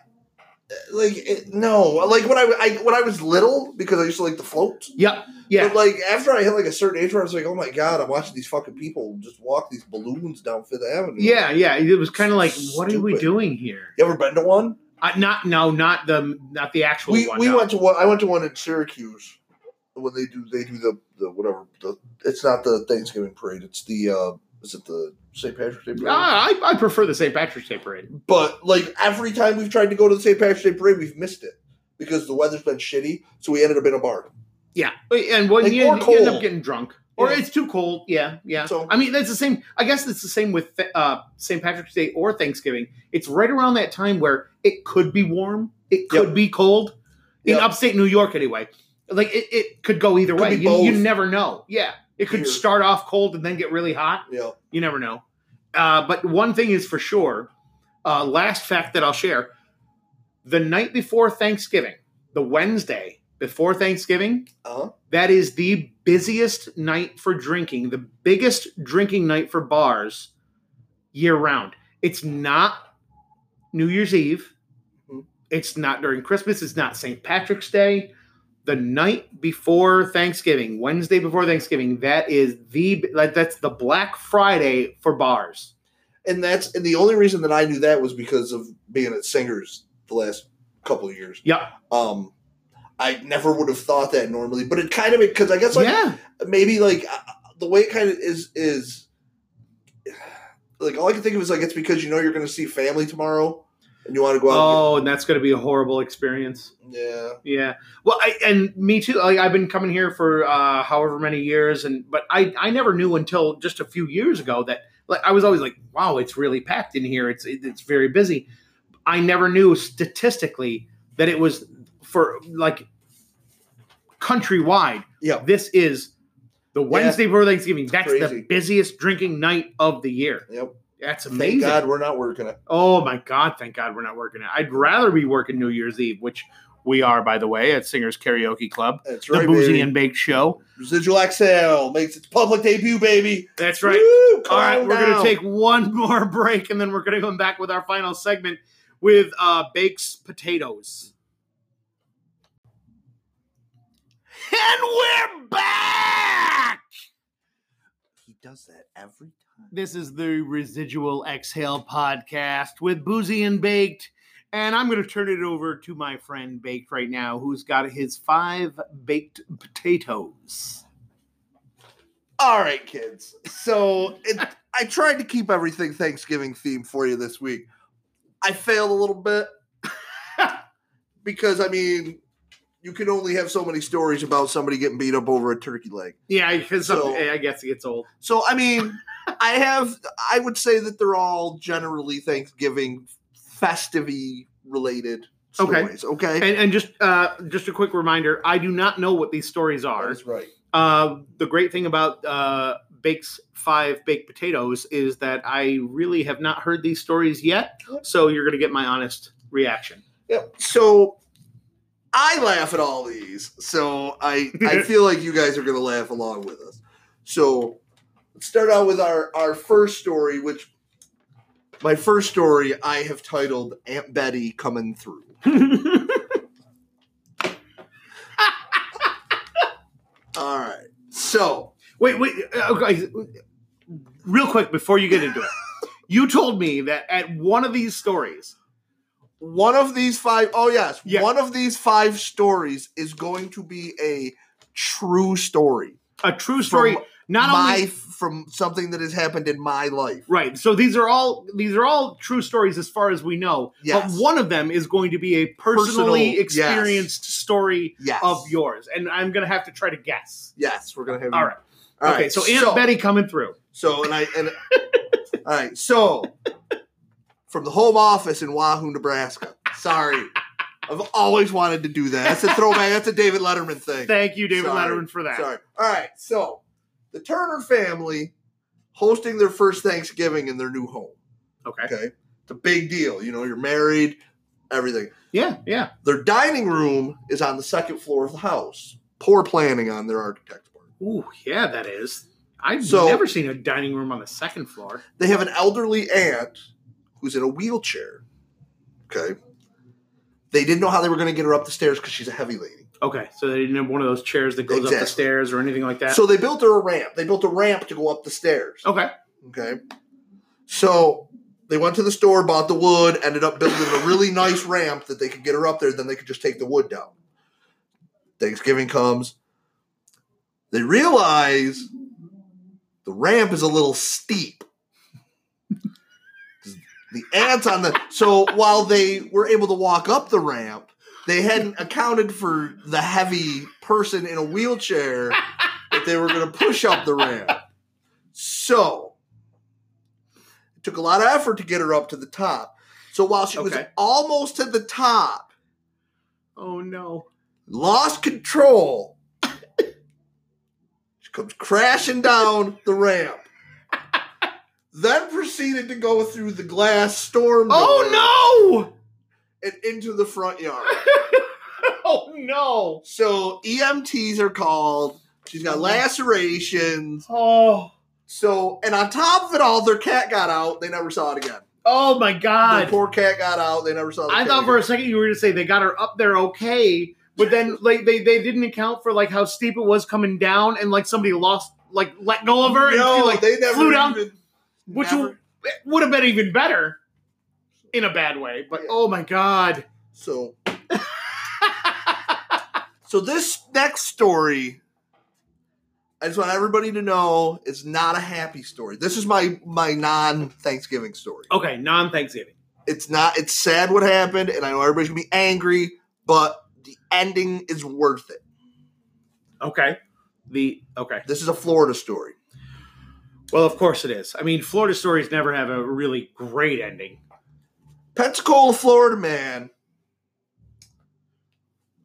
Speaker 3: like it, no like when I, I when I was little because I used to like the float.
Speaker 2: Yep. Yeah.
Speaker 3: But like after I hit like a certain age, where I was like, oh my god, I'm watching these fucking people just walk these balloons down Fifth Avenue.
Speaker 2: Yeah, yeah. It was kind of like, what are we
Speaker 3: Stupid.
Speaker 2: doing here?
Speaker 3: You ever been to one?
Speaker 2: Uh, not no, not the not the actual
Speaker 3: we
Speaker 2: one.
Speaker 3: we
Speaker 2: no.
Speaker 3: went to one. I went to one in Syracuse when they do they do the the whatever. The, it's not the Thanksgiving parade. It's the uh, is it the St. Patrick's Day parade?
Speaker 2: Ah, I, I prefer the St. Patrick's Day parade.
Speaker 3: But like every time we've tried to go to the St. Patrick's Day parade, we've missed it because the weather's been shitty. So we ended up in a bar.
Speaker 2: Yeah, and when
Speaker 3: Like,
Speaker 2: you,
Speaker 3: or
Speaker 2: you end up
Speaker 3: cold.
Speaker 2: getting drunk, or
Speaker 3: Yeah.
Speaker 2: it's too cold. Yeah, yeah.
Speaker 3: So-
Speaker 2: I mean, that's the same. I guess it's the same with uh, St. Patrick's Day or Thanksgiving. It's right around that time where it could be warm, it could be cold in
Speaker 3: Yep.
Speaker 2: upstate New York anyway. Like it, it could go either
Speaker 3: Could
Speaker 2: way.
Speaker 3: be
Speaker 2: You, you
Speaker 3: both.
Speaker 2: never know. Yeah, It could
Speaker 3: Here.
Speaker 2: start off cold and then get really hot.
Speaker 3: Yeah.
Speaker 2: You never know. Uh, but one thing is for sure. Uh, last fact that I'll share: the night before Thanksgiving, the Wednesday before Thanksgiving,
Speaker 3: Uh-huh.
Speaker 2: that is the busiest night for drinking, the biggest drinking night for bars year round. It's not New Year's Eve.
Speaker 3: Mhm.
Speaker 2: It's not during Christmas. It's not St. Patrick's Day. The night before Thanksgiving, Wednesday before Thanksgiving, that is the like that's the Black Friday for bars.
Speaker 3: And that's and the only reason that I knew that was because of being at Singers the last couple of years.
Speaker 2: Yep.
Speaker 3: Um I never would have thought that normally, but it kind of because I guess like
Speaker 2: yeah.
Speaker 3: maybe like uh, the way it kind of is is like all I can think of is like it's because you know you're going to see family tomorrow and you want to go out.
Speaker 2: Oh, and that's going to be a horrible experience.
Speaker 3: and get- yeah,
Speaker 2: Yeah. Well, I, and me too. Like I've been coming here for uh, however many years, and but I I never knew until just a few years ago that like I was always like, wow, it's really packed in here. It's it, it's very busy. I never knew statistically that it was for like countrywide.
Speaker 3: Yeah.
Speaker 2: This is the Wednesday before Thanksgiving. That's
Speaker 3: Crazy.
Speaker 2: the busiest drinking night of the year.
Speaker 3: yep.
Speaker 2: That's
Speaker 3: Thank
Speaker 2: amazing.
Speaker 3: God we're not working it.
Speaker 2: Oh my God! Thank God we're not working it. I'd rather be working New Year's Eve, which we are, by the way, at Singers Karaoke Club,
Speaker 3: That's
Speaker 2: the
Speaker 3: right,
Speaker 2: Boozy
Speaker 3: baby.
Speaker 2: and Bake Show.
Speaker 3: Residual Exhale makes its public debut, baby.
Speaker 2: That's right.
Speaker 3: Woo,
Speaker 2: All right,
Speaker 3: calm
Speaker 2: we're going
Speaker 3: down.
Speaker 2: to take one <laughs> more break, and then we're going to come back with our final segment with uh, Bakes Potatoes. And we're back.
Speaker 3: He does that every time.
Speaker 2: This is the Residual Exhale podcast with Boozy and Baked. And I'm going to turn it over to my friend Baked right now, who's got his five baked potatoes.
Speaker 3: All right, kids. So it, I tried to keep everything Thanksgiving themed for you this week. I failed a little bit <laughs> because I mean, you can only have so many stories about somebody getting beat up over a turkey leg.
Speaker 2: Yeah, because
Speaker 3: So-
Speaker 2: I guess it gets old.
Speaker 3: So I mean, I have I would say that they're all generally Thanksgiving festive related
Speaker 2: Okay.
Speaker 3: stories. Okay.
Speaker 2: And, and just uh, just a quick reminder, I do not know what these stories are.
Speaker 3: That's right.
Speaker 2: Uh, the great thing about uh, Bake's Five Baked Potatoes is that I really have not heard these stories yet.
Speaker 3: Yep.
Speaker 2: So you're going to get my honest reaction.
Speaker 3: Yep. So I laugh at all these. So I
Speaker 2: <laughs>
Speaker 3: I feel like you guys are gonna laugh along with us. So let's start out with our our first story, which my first story I have titled Aunt Betty
Speaker 2: <laughs>
Speaker 3: Coming Through. All right. So
Speaker 2: Wait, wait, uh, okay. Real quick before you get
Speaker 3: <laughs>
Speaker 2: into it, you told me that at one of these stories,
Speaker 3: one of these five oh yes,
Speaker 2: Yeah.
Speaker 3: one of these five stories is going to be a true story.
Speaker 2: a true story,
Speaker 3: From
Speaker 2: not
Speaker 3: my
Speaker 2: only
Speaker 3: from something that has happened in my life.
Speaker 2: right. So these are all these are all true stories as far as we know.
Speaker 3: Yes.
Speaker 2: But one of them is going to be a personally
Speaker 3: Personal, yes.
Speaker 2: experienced story
Speaker 3: Yes.
Speaker 2: of yours, and I'm going to have to try to guess.
Speaker 3: Yes, we're gonna have
Speaker 2: All
Speaker 3: you-
Speaker 2: right.
Speaker 3: All
Speaker 2: okay.
Speaker 3: right,
Speaker 2: So Aunt Betty coming through.
Speaker 3: So and I and <laughs> all right. So from the home office in Wahoo, Nebraska. Sorry, I've always wanted to do that. That's a throwback. That's a David Letterman thing.
Speaker 2: Thank you, David
Speaker 3: Sorry.
Speaker 2: Letterman, for that.
Speaker 3: Sorry. All right. So the Turner family hosting their first Thanksgiving in their new home.
Speaker 2: Okay.
Speaker 3: Okay, it's a big deal. You know, you're married, everything.
Speaker 2: Yeah. Yeah.
Speaker 3: Their dining room is on the second floor of the house. Poor planning on their architect's part.
Speaker 2: Ooh. Yeah. That is. I've
Speaker 3: So-
Speaker 2: never seen a dining room on the second floor.
Speaker 3: they have an elderly aunt who's in a wheelchair. Okay. They didn't know how they were going to get her up the stairs because she's a heavy lady.
Speaker 2: Okay, so they didn't have one of those chairs that goes up the
Speaker 3: Exactly.
Speaker 2: stairs or anything like that.
Speaker 3: So they built her a ramp. They built a ramp to go up the stairs.
Speaker 2: okay,
Speaker 3: Okay. So they went to the store, bought the wood, ended up building a really nice ramp that they could get her up there. Then they could just take the wood down. Thanksgiving comes. They realize the ramp is a little steep. The ants on the so while they were able to walk up the ramp, they hadn't accounted for the heavy person in a wheelchair that they were going to push up the ramp. So it took a lot of effort to get her up to the top. So while she was
Speaker 2: Okay.
Speaker 3: almost to the top,
Speaker 2: oh no,
Speaker 3: lost control. She comes crashing down the ramp. then proceeded to go through the glass storm door
Speaker 2: Oh
Speaker 3: and into the front yard.
Speaker 2: no! Oh no!
Speaker 3: So EMTs are called. She's got lacerations.
Speaker 2: Oh.
Speaker 3: So, and on top of it all, their cat got out. They never saw it again.
Speaker 2: Oh my
Speaker 3: Their
Speaker 2: god.
Speaker 3: poor cat got out. They never saw. The
Speaker 2: I
Speaker 3: cat
Speaker 2: thought for
Speaker 3: again.
Speaker 2: a second you were gonna say they got her up there okay, but
Speaker 3: <laughs>
Speaker 2: then like they, they didn't account for like how steep it was coming down and like somebody lost like let go of her and
Speaker 3: no,
Speaker 2: she like
Speaker 3: they never
Speaker 2: flew down,
Speaker 3: even-
Speaker 2: which
Speaker 3: never.
Speaker 2: w- would have been even better in a bad way. But
Speaker 3: Yeah.
Speaker 2: oh my god.
Speaker 3: So, so this next story, I just want everybody to know it's not a happy story. This is my my non Thanksgiving story.
Speaker 2: Okay, non Thanksgiving.
Speaker 3: It's not. It's sad what happened, and I know everybody's gonna be angry, but the ending is worth it.
Speaker 2: Okay. The okay.
Speaker 3: This is a Florida story.
Speaker 2: Well, of course it is. I mean, Florida stories never have a really great ending.
Speaker 3: Pensacola, Florida man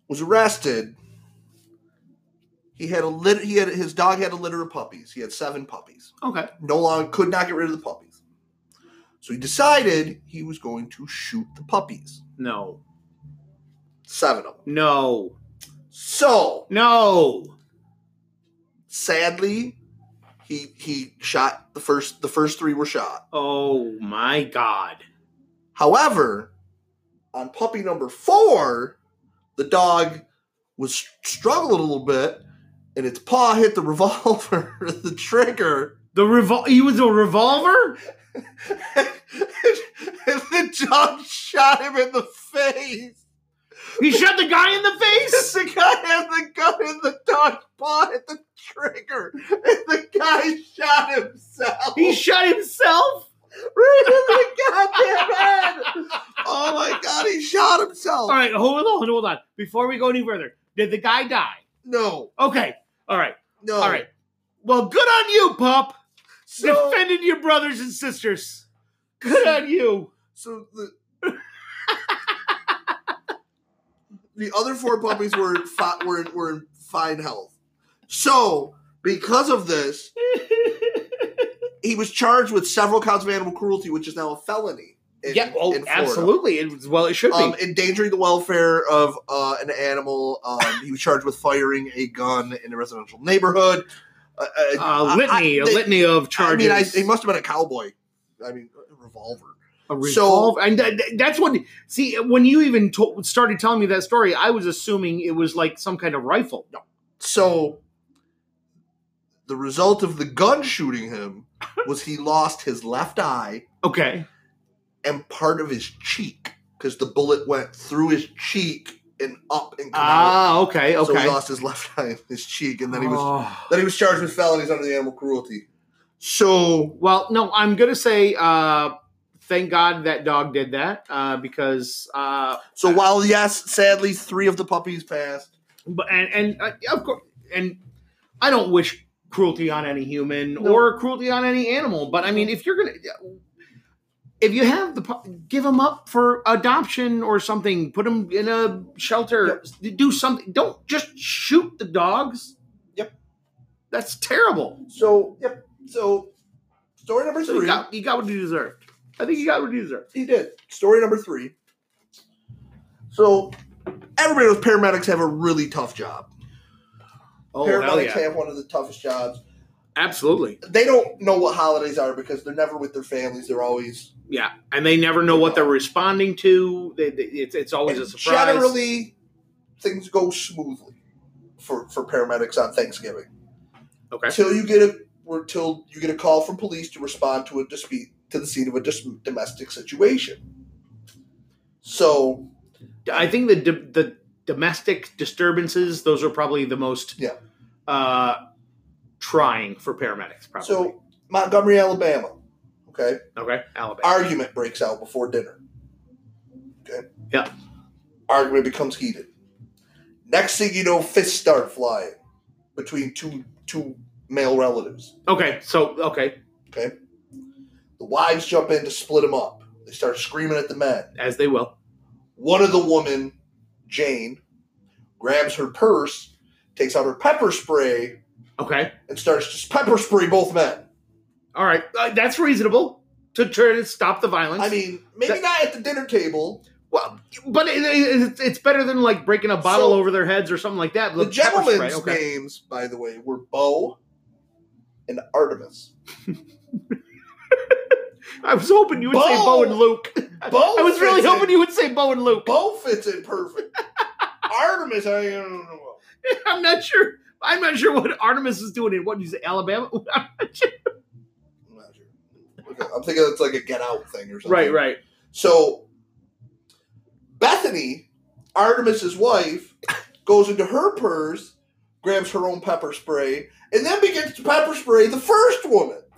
Speaker 3: was arrested. He had a litter. He had his dog had a litter of puppies. He had seven puppies.
Speaker 2: Okay.
Speaker 3: no longer could not get rid of the puppies. So he decided he was going to shoot the puppies,
Speaker 2: No.
Speaker 3: seven of them.
Speaker 2: No.
Speaker 3: So
Speaker 2: No.
Speaker 3: sadly, he he shot the first the first three were shot.
Speaker 2: Oh my god.
Speaker 3: However, on puppy number four, the dog was struggling a little bit, and its paw hit the <laughs> revolver, the trigger. <laughs>
Speaker 2: The revol he was a revolver?
Speaker 3: and the dog shot him in the face.
Speaker 2: He shot the guy in the
Speaker 3: Yes,
Speaker 2: face?
Speaker 3: the guy had the gun in the dog paw at the trigger, and the guy shot himself <laughs>
Speaker 2: He shot himself?
Speaker 3: right in the goddamn head. Oh my god, he shot himself.
Speaker 2: Alright, hold on, hold on. Before we go any further, did the guy die?
Speaker 3: No,
Speaker 2: Okay. Alright.
Speaker 3: no.
Speaker 2: Alright. Well, good on you, pup.
Speaker 3: So,
Speaker 2: Defended your brothers and sisters. Good on you.
Speaker 3: so the the other four puppies were in fi- were in, were in fine health. So because
Speaker 2: <laughs>
Speaker 3: of this, he was charged with several counts of animal cruelty, which is now a felony. in-
Speaker 2: yeah, oh,
Speaker 3: in Florida.
Speaker 2: absolutely. It was, well, it should
Speaker 3: um,
Speaker 2: <laughs> be.
Speaker 3: endangering the welfare of uh, an animal. Um, he was charged with firing a gun in a residential neighborhood. Uh, uh,
Speaker 2: Uh, litany,
Speaker 3: I-
Speaker 2: a
Speaker 3: they-
Speaker 2: litany of
Speaker 3: I
Speaker 2: charges.
Speaker 3: mean, I, he must have been a cowboy. I mean, a revolver.
Speaker 2: A
Speaker 3: So-
Speaker 2: revolver, and that, that- that's what. See, when you even to- started telling me that story, I was assuming it was like some kind of rifle. No.
Speaker 3: So the result of the gun shooting
Speaker 2: <laughs>
Speaker 3: him was he lost his left eye
Speaker 2: Okay.
Speaker 3: and part of his cheek because the bullet went through his cheek and up and come out.
Speaker 2: Ah, okay, okay.
Speaker 3: So he lost his <laughs> left eye and his cheek, and then he was
Speaker 2: Oh.
Speaker 3: then he was charged with felonies under the animal cruelty. So
Speaker 2: Well, no, I'm gonna say, uh, thank God that dog did that uh, because, uh,
Speaker 3: So while yes, sadly three of the puppies passed.
Speaker 2: but and and uh, of course, and I don't wish cruelty on any human
Speaker 3: No.
Speaker 2: or cruelty on any animal. But I mean, if you're gonna. If you have the, pu- give them up for adoption or something. Put them in a shelter. Do something. Don't just shoot the dogs.
Speaker 3: Yep.
Speaker 2: that's terrible.
Speaker 3: So yep. So story number
Speaker 2: So
Speaker 3: three.
Speaker 2: you got, you got what you deserved. I think you got what you deserved.
Speaker 3: he did. Story number three. So everybody knows paramedics have a really tough job.
Speaker 2: Oh
Speaker 3: paramedics have one of the toughest jobs.
Speaker 2: Absolutely.
Speaker 3: They don't know what holidays are because they're never with their families. They're always
Speaker 2: Yeah, and they never know what they're responding to. They, they, it's, it's always a
Speaker 3: And
Speaker 2: surprise.
Speaker 3: generally things go smoothly for, for paramedics on Thanksgiving.
Speaker 2: Okay.
Speaker 3: Till you get a or till you get a call from police to respond to a dispute to the scene of a dis- domestic situation. So
Speaker 2: I think the d- the domestic disturbances; those are probably the most
Speaker 3: Yeah.
Speaker 2: uh, trying for paramedics. Probably.
Speaker 3: so Montgomery, Alabama. Okay.
Speaker 2: okay, Alabama.
Speaker 3: Argument breaks out before dinner. Okay.
Speaker 2: Yeah.
Speaker 3: Argument becomes heated. Next thing you know, fists start flying between two two male relatives.
Speaker 2: okay, so okay,
Speaker 3: The wives jump in to split them up. They start screaming at the men.
Speaker 2: as they will.
Speaker 3: One of the women, Jane, grabs her purse, takes out her pepper spray,
Speaker 2: Okay.
Speaker 3: and starts to pepper spray both men.
Speaker 2: All right. Uh, that's reasonable to try to stop the violence.
Speaker 3: I mean, maybe
Speaker 2: That-
Speaker 3: not at the dinner table.
Speaker 2: well, but it, it, it's better than like breaking a bottle
Speaker 3: So-
Speaker 2: over their heads or something like that.
Speaker 3: The
Speaker 2: Like pepper spray,
Speaker 3: gentlemen's names, by the way, were Bo and Artemis.
Speaker 2: I was hoping you would say
Speaker 3: Bo-
Speaker 2: Bo and Luke.
Speaker 3: Bo
Speaker 2: I was really
Speaker 3: fits
Speaker 2: hoping
Speaker 3: in,
Speaker 2: you would say Bo and Luke.
Speaker 3: Bo fits in perfect. Artemis, I don't know.
Speaker 2: I'm not sure. I'm not sure what Artemis is doing in what he's Alabama. <laughs>
Speaker 3: I'm not sure. Okay, I'm thinking it's like a Get Out thing or something.
Speaker 2: right, right.
Speaker 3: So Bethany, Artemis's wife, goes into her purse, grabs her own pepper spray, and then begins to pepper spray the first woman. <laughs>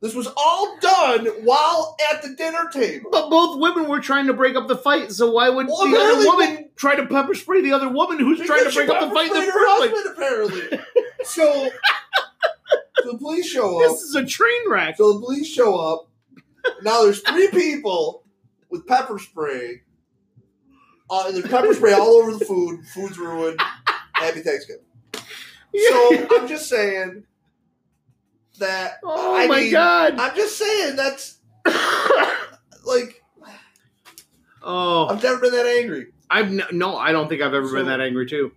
Speaker 3: this was all done while at the dinner table.
Speaker 2: But both women were trying to break up the fight, so why would
Speaker 3: Well,
Speaker 2: the other
Speaker 3: apparently-
Speaker 2: woman try to pepper spray the other woman who's trying to
Speaker 3: Because she
Speaker 2: break up the
Speaker 3: pepper
Speaker 2: fight in the
Speaker 3: sprayed her
Speaker 2: first place?
Speaker 3: husband,
Speaker 2: <laughs>
Speaker 3: apparently. So the police show up.
Speaker 2: This is a train wreck.
Speaker 3: So the police show up. Now there's three people with pepper spray. Uh, and there's pepper spray all over the food. Food's ruined. Happy Thanksgiving. So I'm just saying that.
Speaker 2: <laughs> oh
Speaker 3: I
Speaker 2: my
Speaker 3: mean,
Speaker 2: god.
Speaker 3: I'm just saying that's like
Speaker 2: <laughs> oh,
Speaker 3: I've never been that angry.
Speaker 2: I've n- no, I don't think I've ever
Speaker 3: So- Oh
Speaker 2: been that angry too.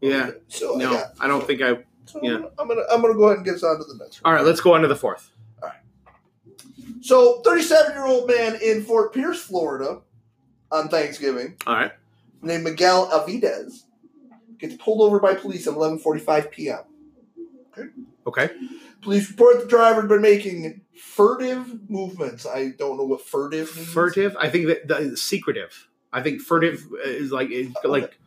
Speaker 2: Yeah,
Speaker 3: So
Speaker 2: no,
Speaker 3: yeah.
Speaker 2: I don't think I.
Speaker 3: So
Speaker 2: yeah.
Speaker 3: I'm gonna I'm gonna go ahead and get us on to the next.
Speaker 2: All right, let's go on to the fourth.
Speaker 3: One. So 37 year old man in Fort Pierce, Florida, on Thanksgiving.
Speaker 2: All right,
Speaker 3: named Miguel Avides gets pulled over by police at 11:45 p.m.
Speaker 2: okay.
Speaker 3: Police report the driver had been making furtive movements. I don't know what furtive means.
Speaker 2: Furtive. I think that, that is secretive. I think furtive is like is like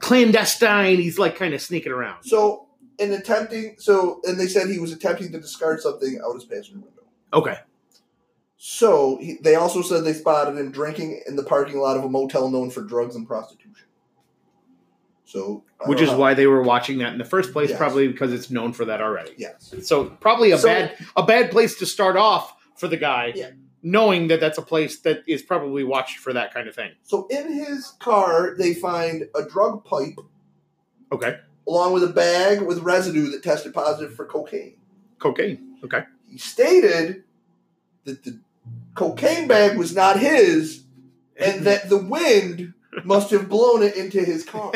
Speaker 2: clandestine. He's like kind of sneaking around.
Speaker 3: So, in attempting, so and they said he was attempting to discard something out his passenger window.
Speaker 2: Okay.
Speaker 3: So he, they also said they spotted him drinking in the parking lot of a motel known for drugs and prostitution. So, I
Speaker 2: Which
Speaker 3: don't
Speaker 2: is
Speaker 3: know.
Speaker 2: why they were watching that in the first place,
Speaker 3: Yes.
Speaker 2: probably because it's known for that already.
Speaker 3: yes,
Speaker 2: So probably a
Speaker 3: So-
Speaker 2: bad a bad place to start off for the guy,
Speaker 3: Yeah.
Speaker 2: knowing that that's a place that is probably watched for that kind of thing.
Speaker 3: So in his car, they find a drug pipe.
Speaker 2: Okay.
Speaker 3: Along with a bag with residue that tested positive for cocaine.
Speaker 2: Cocaine.
Speaker 3: He stated that the cocaine bag was not his and
Speaker 2: <laughs>
Speaker 3: that the wind must have blown it into
Speaker 2: <laughs>
Speaker 3: his car.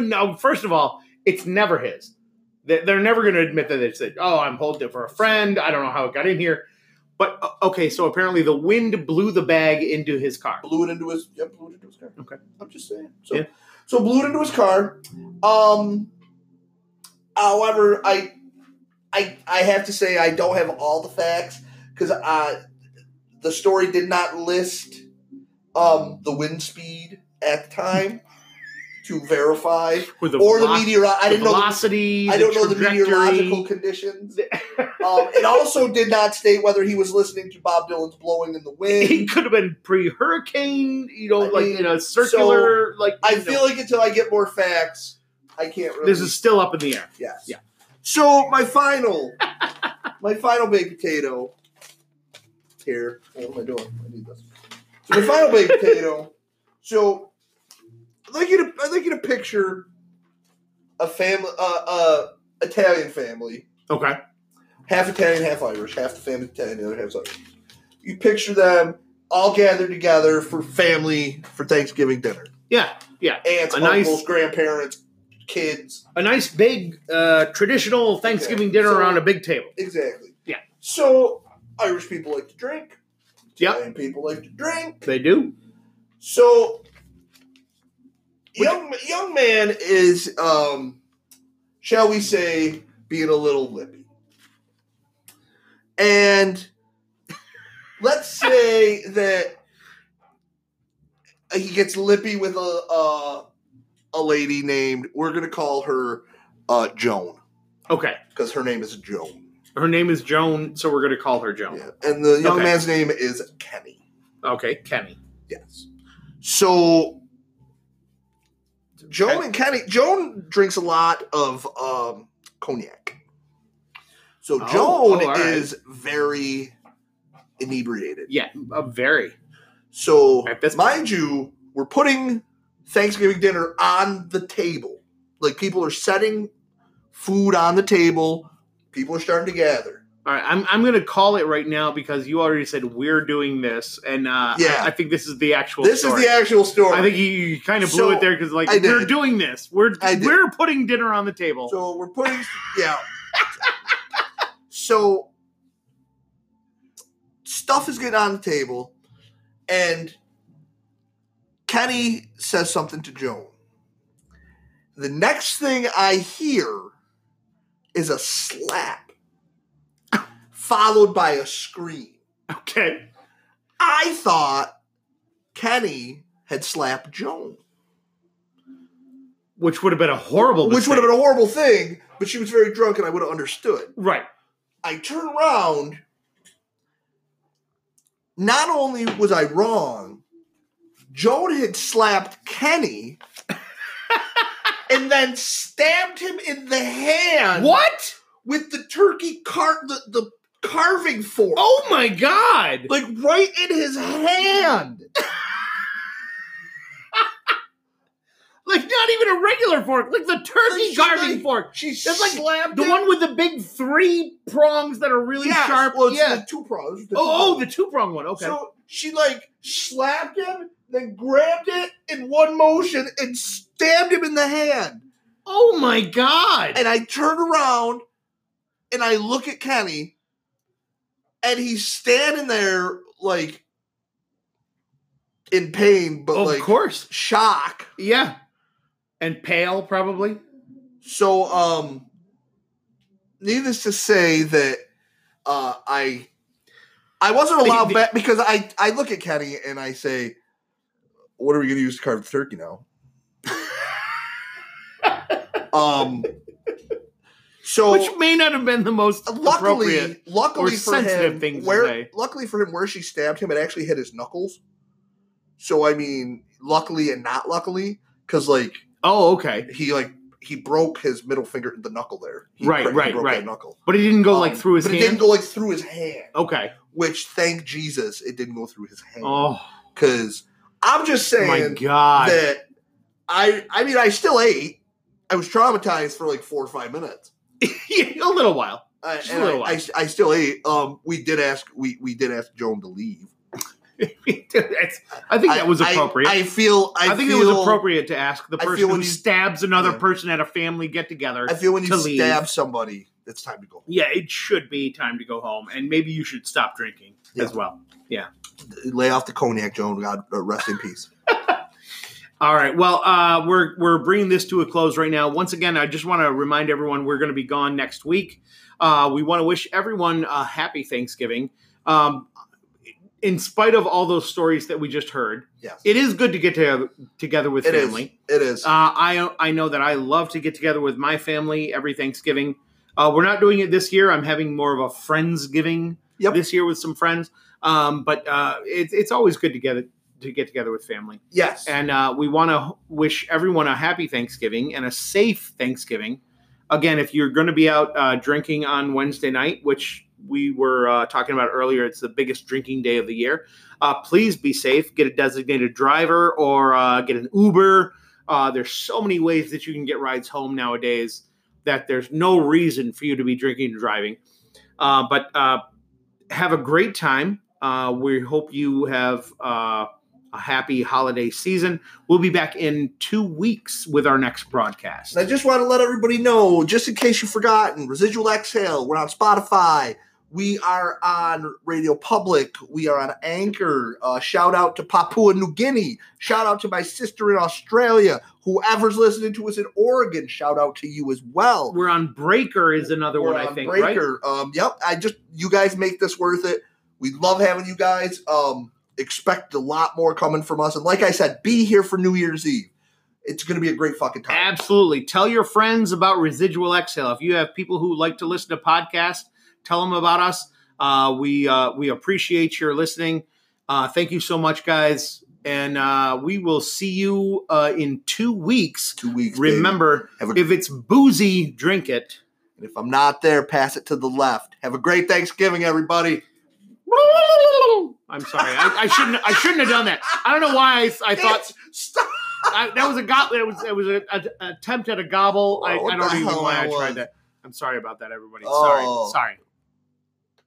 Speaker 2: no, first of all, it's never his. They- They're never going to admit that it's said, "Oh, I'm holding it for a friend. I don't know how it got in here." But uh, okay, so apparently the wind blew the bag into his car.
Speaker 3: Blew it into his yeah, blew it into his car.
Speaker 2: Okay.
Speaker 3: I'm just saying. So
Speaker 2: Yeah.
Speaker 3: so blew it into his car. Um however, I I I have to say I don't have all the facts because uh the story did not list um the wind speed at
Speaker 2: <laughs>
Speaker 3: the time to verify
Speaker 2: With the
Speaker 3: or the
Speaker 2: velo-
Speaker 3: meteor. I
Speaker 2: the
Speaker 3: didn't know.
Speaker 2: velocity.
Speaker 3: The, I don't know the
Speaker 2: trajectory.
Speaker 3: meteorological
Speaker 2: <laughs>
Speaker 3: conditions. Um, it also did not state whether he was listening to Bob Dylan's "Blowing in the
Speaker 2: He
Speaker 3: Wind."
Speaker 2: could have been pre-hurricane, you know,
Speaker 3: I
Speaker 2: like
Speaker 3: mean,
Speaker 2: in a circular, like
Speaker 3: I
Speaker 2: you know,
Speaker 3: feel like until I get more facts, I can't really.
Speaker 2: this is still up in the air.
Speaker 3: yes.
Speaker 2: yeah.
Speaker 3: So my final, my final baked potato. Here, what am I doing? I need this. So my final baked potato. So I'd like you to, I'd like you to picture a family, uh, uh, Italian family.
Speaker 2: Okay,
Speaker 3: half Italian, half Irish, half the family's Italian, the other half's Irish. You picture them all gathered together for family for Thanksgiving dinner.
Speaker 2: yeah, yeah.
Speaker 3: Aunts,
Speaker 2: A nice-
Speaker 3: uncles, grandparents, kids.
Speaker 2: A nice big uh, traditional Thanksgiving dinner
Speaker 3: so-
Speaker 2: around a big table.
Speaker 3: Exactly.
Speaker 2: Yeah.
Speaker 3: So Irish people like to drink.
Speaker 2: Yep.
Speaker 3: Italian people like to drink.
Speaker 2: They do.
Speaker 3: So young young man is um shall we say being a little lippy. And
Speaker 2: <laughs>
Speaker 3: let's say that he gets lippy with a uh, a lady named we're going to call her uh Joan
Speaker 2: Okay.
Speaker 3: because her name is Joan.
Speaker 2: Her name is Joan, so we're going to call her Joan.
Speaker 3: Yeah. And the young
Speaker 2: Okay.
Speaker 3: man's name is Kenny.
Speaker 2: Okay, Kenny.
Speaker 3: Yes. So Joan and Kenny Joan drinks a lot of um cognac. So
Speaker 2: Oh,
Speaker 3: Joan
Speaker 2: oh, all right.
Speaker 3: is very inebriated.
Speaker 2: Yeah, a very.
Speaker 3: So
Speaker 2: At this
Speaker 3: mind you, we're putting Thanksgiving dinner on the table. Like people are setting food on the table. People are starting to gather.
Speaker 2: All right, I'm, I'm going to call it right now because you already said we're doing this, and uh,
Speaker 3: Yeah.
Speaker 2: I, I think this is the actual.
Speaker 3: this
Speaker 2: story.
Speaker 3: is the actual story.
Speaker 2: I think you, you kind of blew
Speaker 3: So,
Speaker 2: it there because like
Speaker 3: I did.
Speaker 2: we're doing this. We're
Speaker 3: I did.
Speaker 2: we're putting dinner on the table.
Speaker 3: So we're putting, yeah. so stuff is getting on the table, and Kenny says something to Joan. The next thing I hear is a slap, followed by a scream.
Speaker 2: okay.
Speaker 3: I thought Kenny had slapped Joan.
Speaker 2: Which would have been a horrible.
Speaker 3: Which would have been a horrible thing, but she was very drunk and I would have understood.
Speaker 2: been right.
Speaker 3: I turn around. Not only was I wrong, Joan had slapped Kenny and then stabbed him in the hand
Speaker 2: What?
Speaker 3: with the turkey car the, the carving fork.
Speaker 2: Oh my god!
Speaker 3: Like right in his hand.
Speaker 2: Like not even a regular fork, like the turkey
Speaker 3: The
Speaker 2: carving
Speaker 3: shooting-
Speaker 2: fork,
Speaker 3: She
Speaker 2: That's like
Speaker 3: slapped
Speaker 2: the
Speaker 3: him.
Speaker 2: one with the big three prongs that are really
Speaker 3: Yes,
Speaker 2: sharp.
Speaker 3: Well, it's
Speaker 2: yeah.
Speaker 3: the two pros.
Speaker 2: oh, oh, the two prong one. Okay.
Speaker 3: So she like slapped him, then grabbed it in one motion and stabbed him in the hand.
Speaker 2: oh my god!
Speaker 3: And I turn around and I look at Kenny, and he's standing there like in pain, but
Speaker 2: of
Speaker 3: like
Speaker 2: course.
Speaker 3: shock.
Speaker 2: Yeah. And pale, probably.
Speaker 3: So, um, needless to say that uh, I I wasn't
Speaker 2: The-
Speaker 3: allowed
Speaker 2: the-
Speaker 3: back because I I look at Kenny and I say, "What are we going to use to carve the turkey now?" <laughs> um. So
Speaker 2: Which may not have been the most appropriate.
Speaker 3: Oh. Uh, luckily, luckily
Speaker 2: or
Speaker 3: for
Speaker 2: sensitive
Speaker 3: him,
Speaker 2: thing to
Speaker 3: where
Speaker 2: say.
Speaker 3: luckily for him, where she stabbed him, it actually hit his knuckles. So I mean, luckily and not luckily, because like
Speaker 2: Oh, okay.
Speaker 3: he like he broke his middle finger, the knuckle there. He
Speaker 2: Right,
Speaker 3: cra- he
Speaker 2: right,
Speaker 3: broke
Speaker 2: right.
Speaker 3: That knuckle.
Speaker 2: But it didn't go like
Speaker 3: Um,
Speaker 2: through his
Speaker 3: but
Speaker 2: hand.
Speaker 3: It didn't go like through his hand.
Speaker 2: okay.
Speaker 3: Which, thank Jesus, it didn't go through his hand.
Speaker 2: Oh
Speaker 3: Because I'm just
Speaker 2: my
Speaker 3: saying
Speaker 2: god. <laughs>
Speaker 3: that I I mean I still ate. I was traumatized for like four or five minutes.
Speaker 2: a little while. <laughs>
Speaker 3: I,
Speaker 2: Just a
Speaker 3: and I,
Speaker 2: little
Speaker 3: I, I still ate. Um, we did ask we we did ask Joan to leave.
Speaker 2: It's- I think that was appropriate.
Speaker 3: I, feel. I,
Speaker 2: I think
Speaker 3: feel,
Speaker 2: it was appropriate to ask the
Speaker 3: I feel
Speaker 2: person who
Speaker 3: when you-
Speaker 2: stabs another
Speaker 3: yeah.
Speaker 2: person at a family get together.
Speaker 3: I feel when you
Speaker 2: to
Speaker 3: stab
Speaker 2: leave.
Speaker 3: somebody, it's time to go.
Speaker 2: Yeah, it should be time to go home, and maybe you should stop drinking
Speaker 3: Yeah.
Speaker 2: as well.
Speaker 3: Lay off the cognac, Joan. God uh, rest in peace.
Speaker 2: All right. Well, uh, we're we're bringing this to a close right now. Once again, I just want to remind everyone we're going to be gone next week. Uh, we want to wish everyone a happy Thanksgiving. Um, in spite of all those stories that we just heard,
Speaker 3: Yes.
Speaker 2: it is good to get to, together with
Speaker 3: It is.
Speaker 2: family.
Speaker 3: It is.
Speaker 2: Uh, I I know that I love to get together with my family every Thanksgiving. Uh, we're not doing it this year. I'm having more of a friendsgiving
Speaker 3: Yep.
Speaker 2: this year with some friends. Um, but uh, it's it's always good to get it, to get together with family.
Speaker 3: yes.
Speaker 2: And uh, we want to wish everyone a happy Thanksgiving and a safe Thanksgiving. Again, if you're going to be out uh, drinking on Wednesday night, which we were uh, talking about earlier, it's the biggest drinking day of the year. Uh, please be safe. Get a designated driver or uh, get an Uber. Uh, there's so many ways that you can get rides home nowadays that there's no reason for you to be drinking and driving. Uh, but uh, have a great time. Uh, we hope you have. Uh, a happy holiday season. We'll be back in two weeks with our next broadcast.
Speaker 3: And I just want to let everybody know, just in case you've forgotten, Residual Exhale, we're on Spotify. We are on Radio Public. We are on Anchor. Uh, shout out to Papua New Guinea. Shout out to my sister in Australia. Whoever's listening to us in Oregon, shout out to you as well.
Speaker 2: We're on Breaker is another
Speaker 3: We're
Speaker 2: one I
Speaker 3: on
Speaker 2: think, right?
Speaker 3: Breaker. Um, yep. I just you guys make this worth it. We love having you guys. Um, expect a lot more coming from us. And like I said, be here for New Year's Eve. It's going to be a great fucking time.
Speaker 2: Absolutely. Tell your friends about Residual Exhale. If you have people who like to listen to podcasts, tell them about us. Uh, we uh, we appreciate your listening. Uh, thank you so much, guys, and uh, we will see you uh, in two weeks.
Speaker 3: Two weeks. baby.
Speaker 2: Remember,
Speaker 3: Have a-
Speaker 2: if it's boozy, drink it.
Speaker 3: And if I'm not there, pass it to the left. Have a great Thanksgiving, everybody.
Speaker 2: I'm sorry. I, I shouldn't. I shouldn't have done that. I don't know why I, I thought.
Speaker 3: Stop.
Speaker 2: I, that was a go- That was it was an attempt at a gobble. I,
Speaker 3: Oh, what
Speaker 2: I don't
Speaker 3: the
Speaker 2: even know
Speaker 3: hell
Speaker 2: why
Speaker 3: that
Speaker 2: I
Speaker 3: was?
Speaker 2: tried that. I'm sorry about that, everybody.
Speaker 3: Oh.
Speaker 2: Sorry, sorry.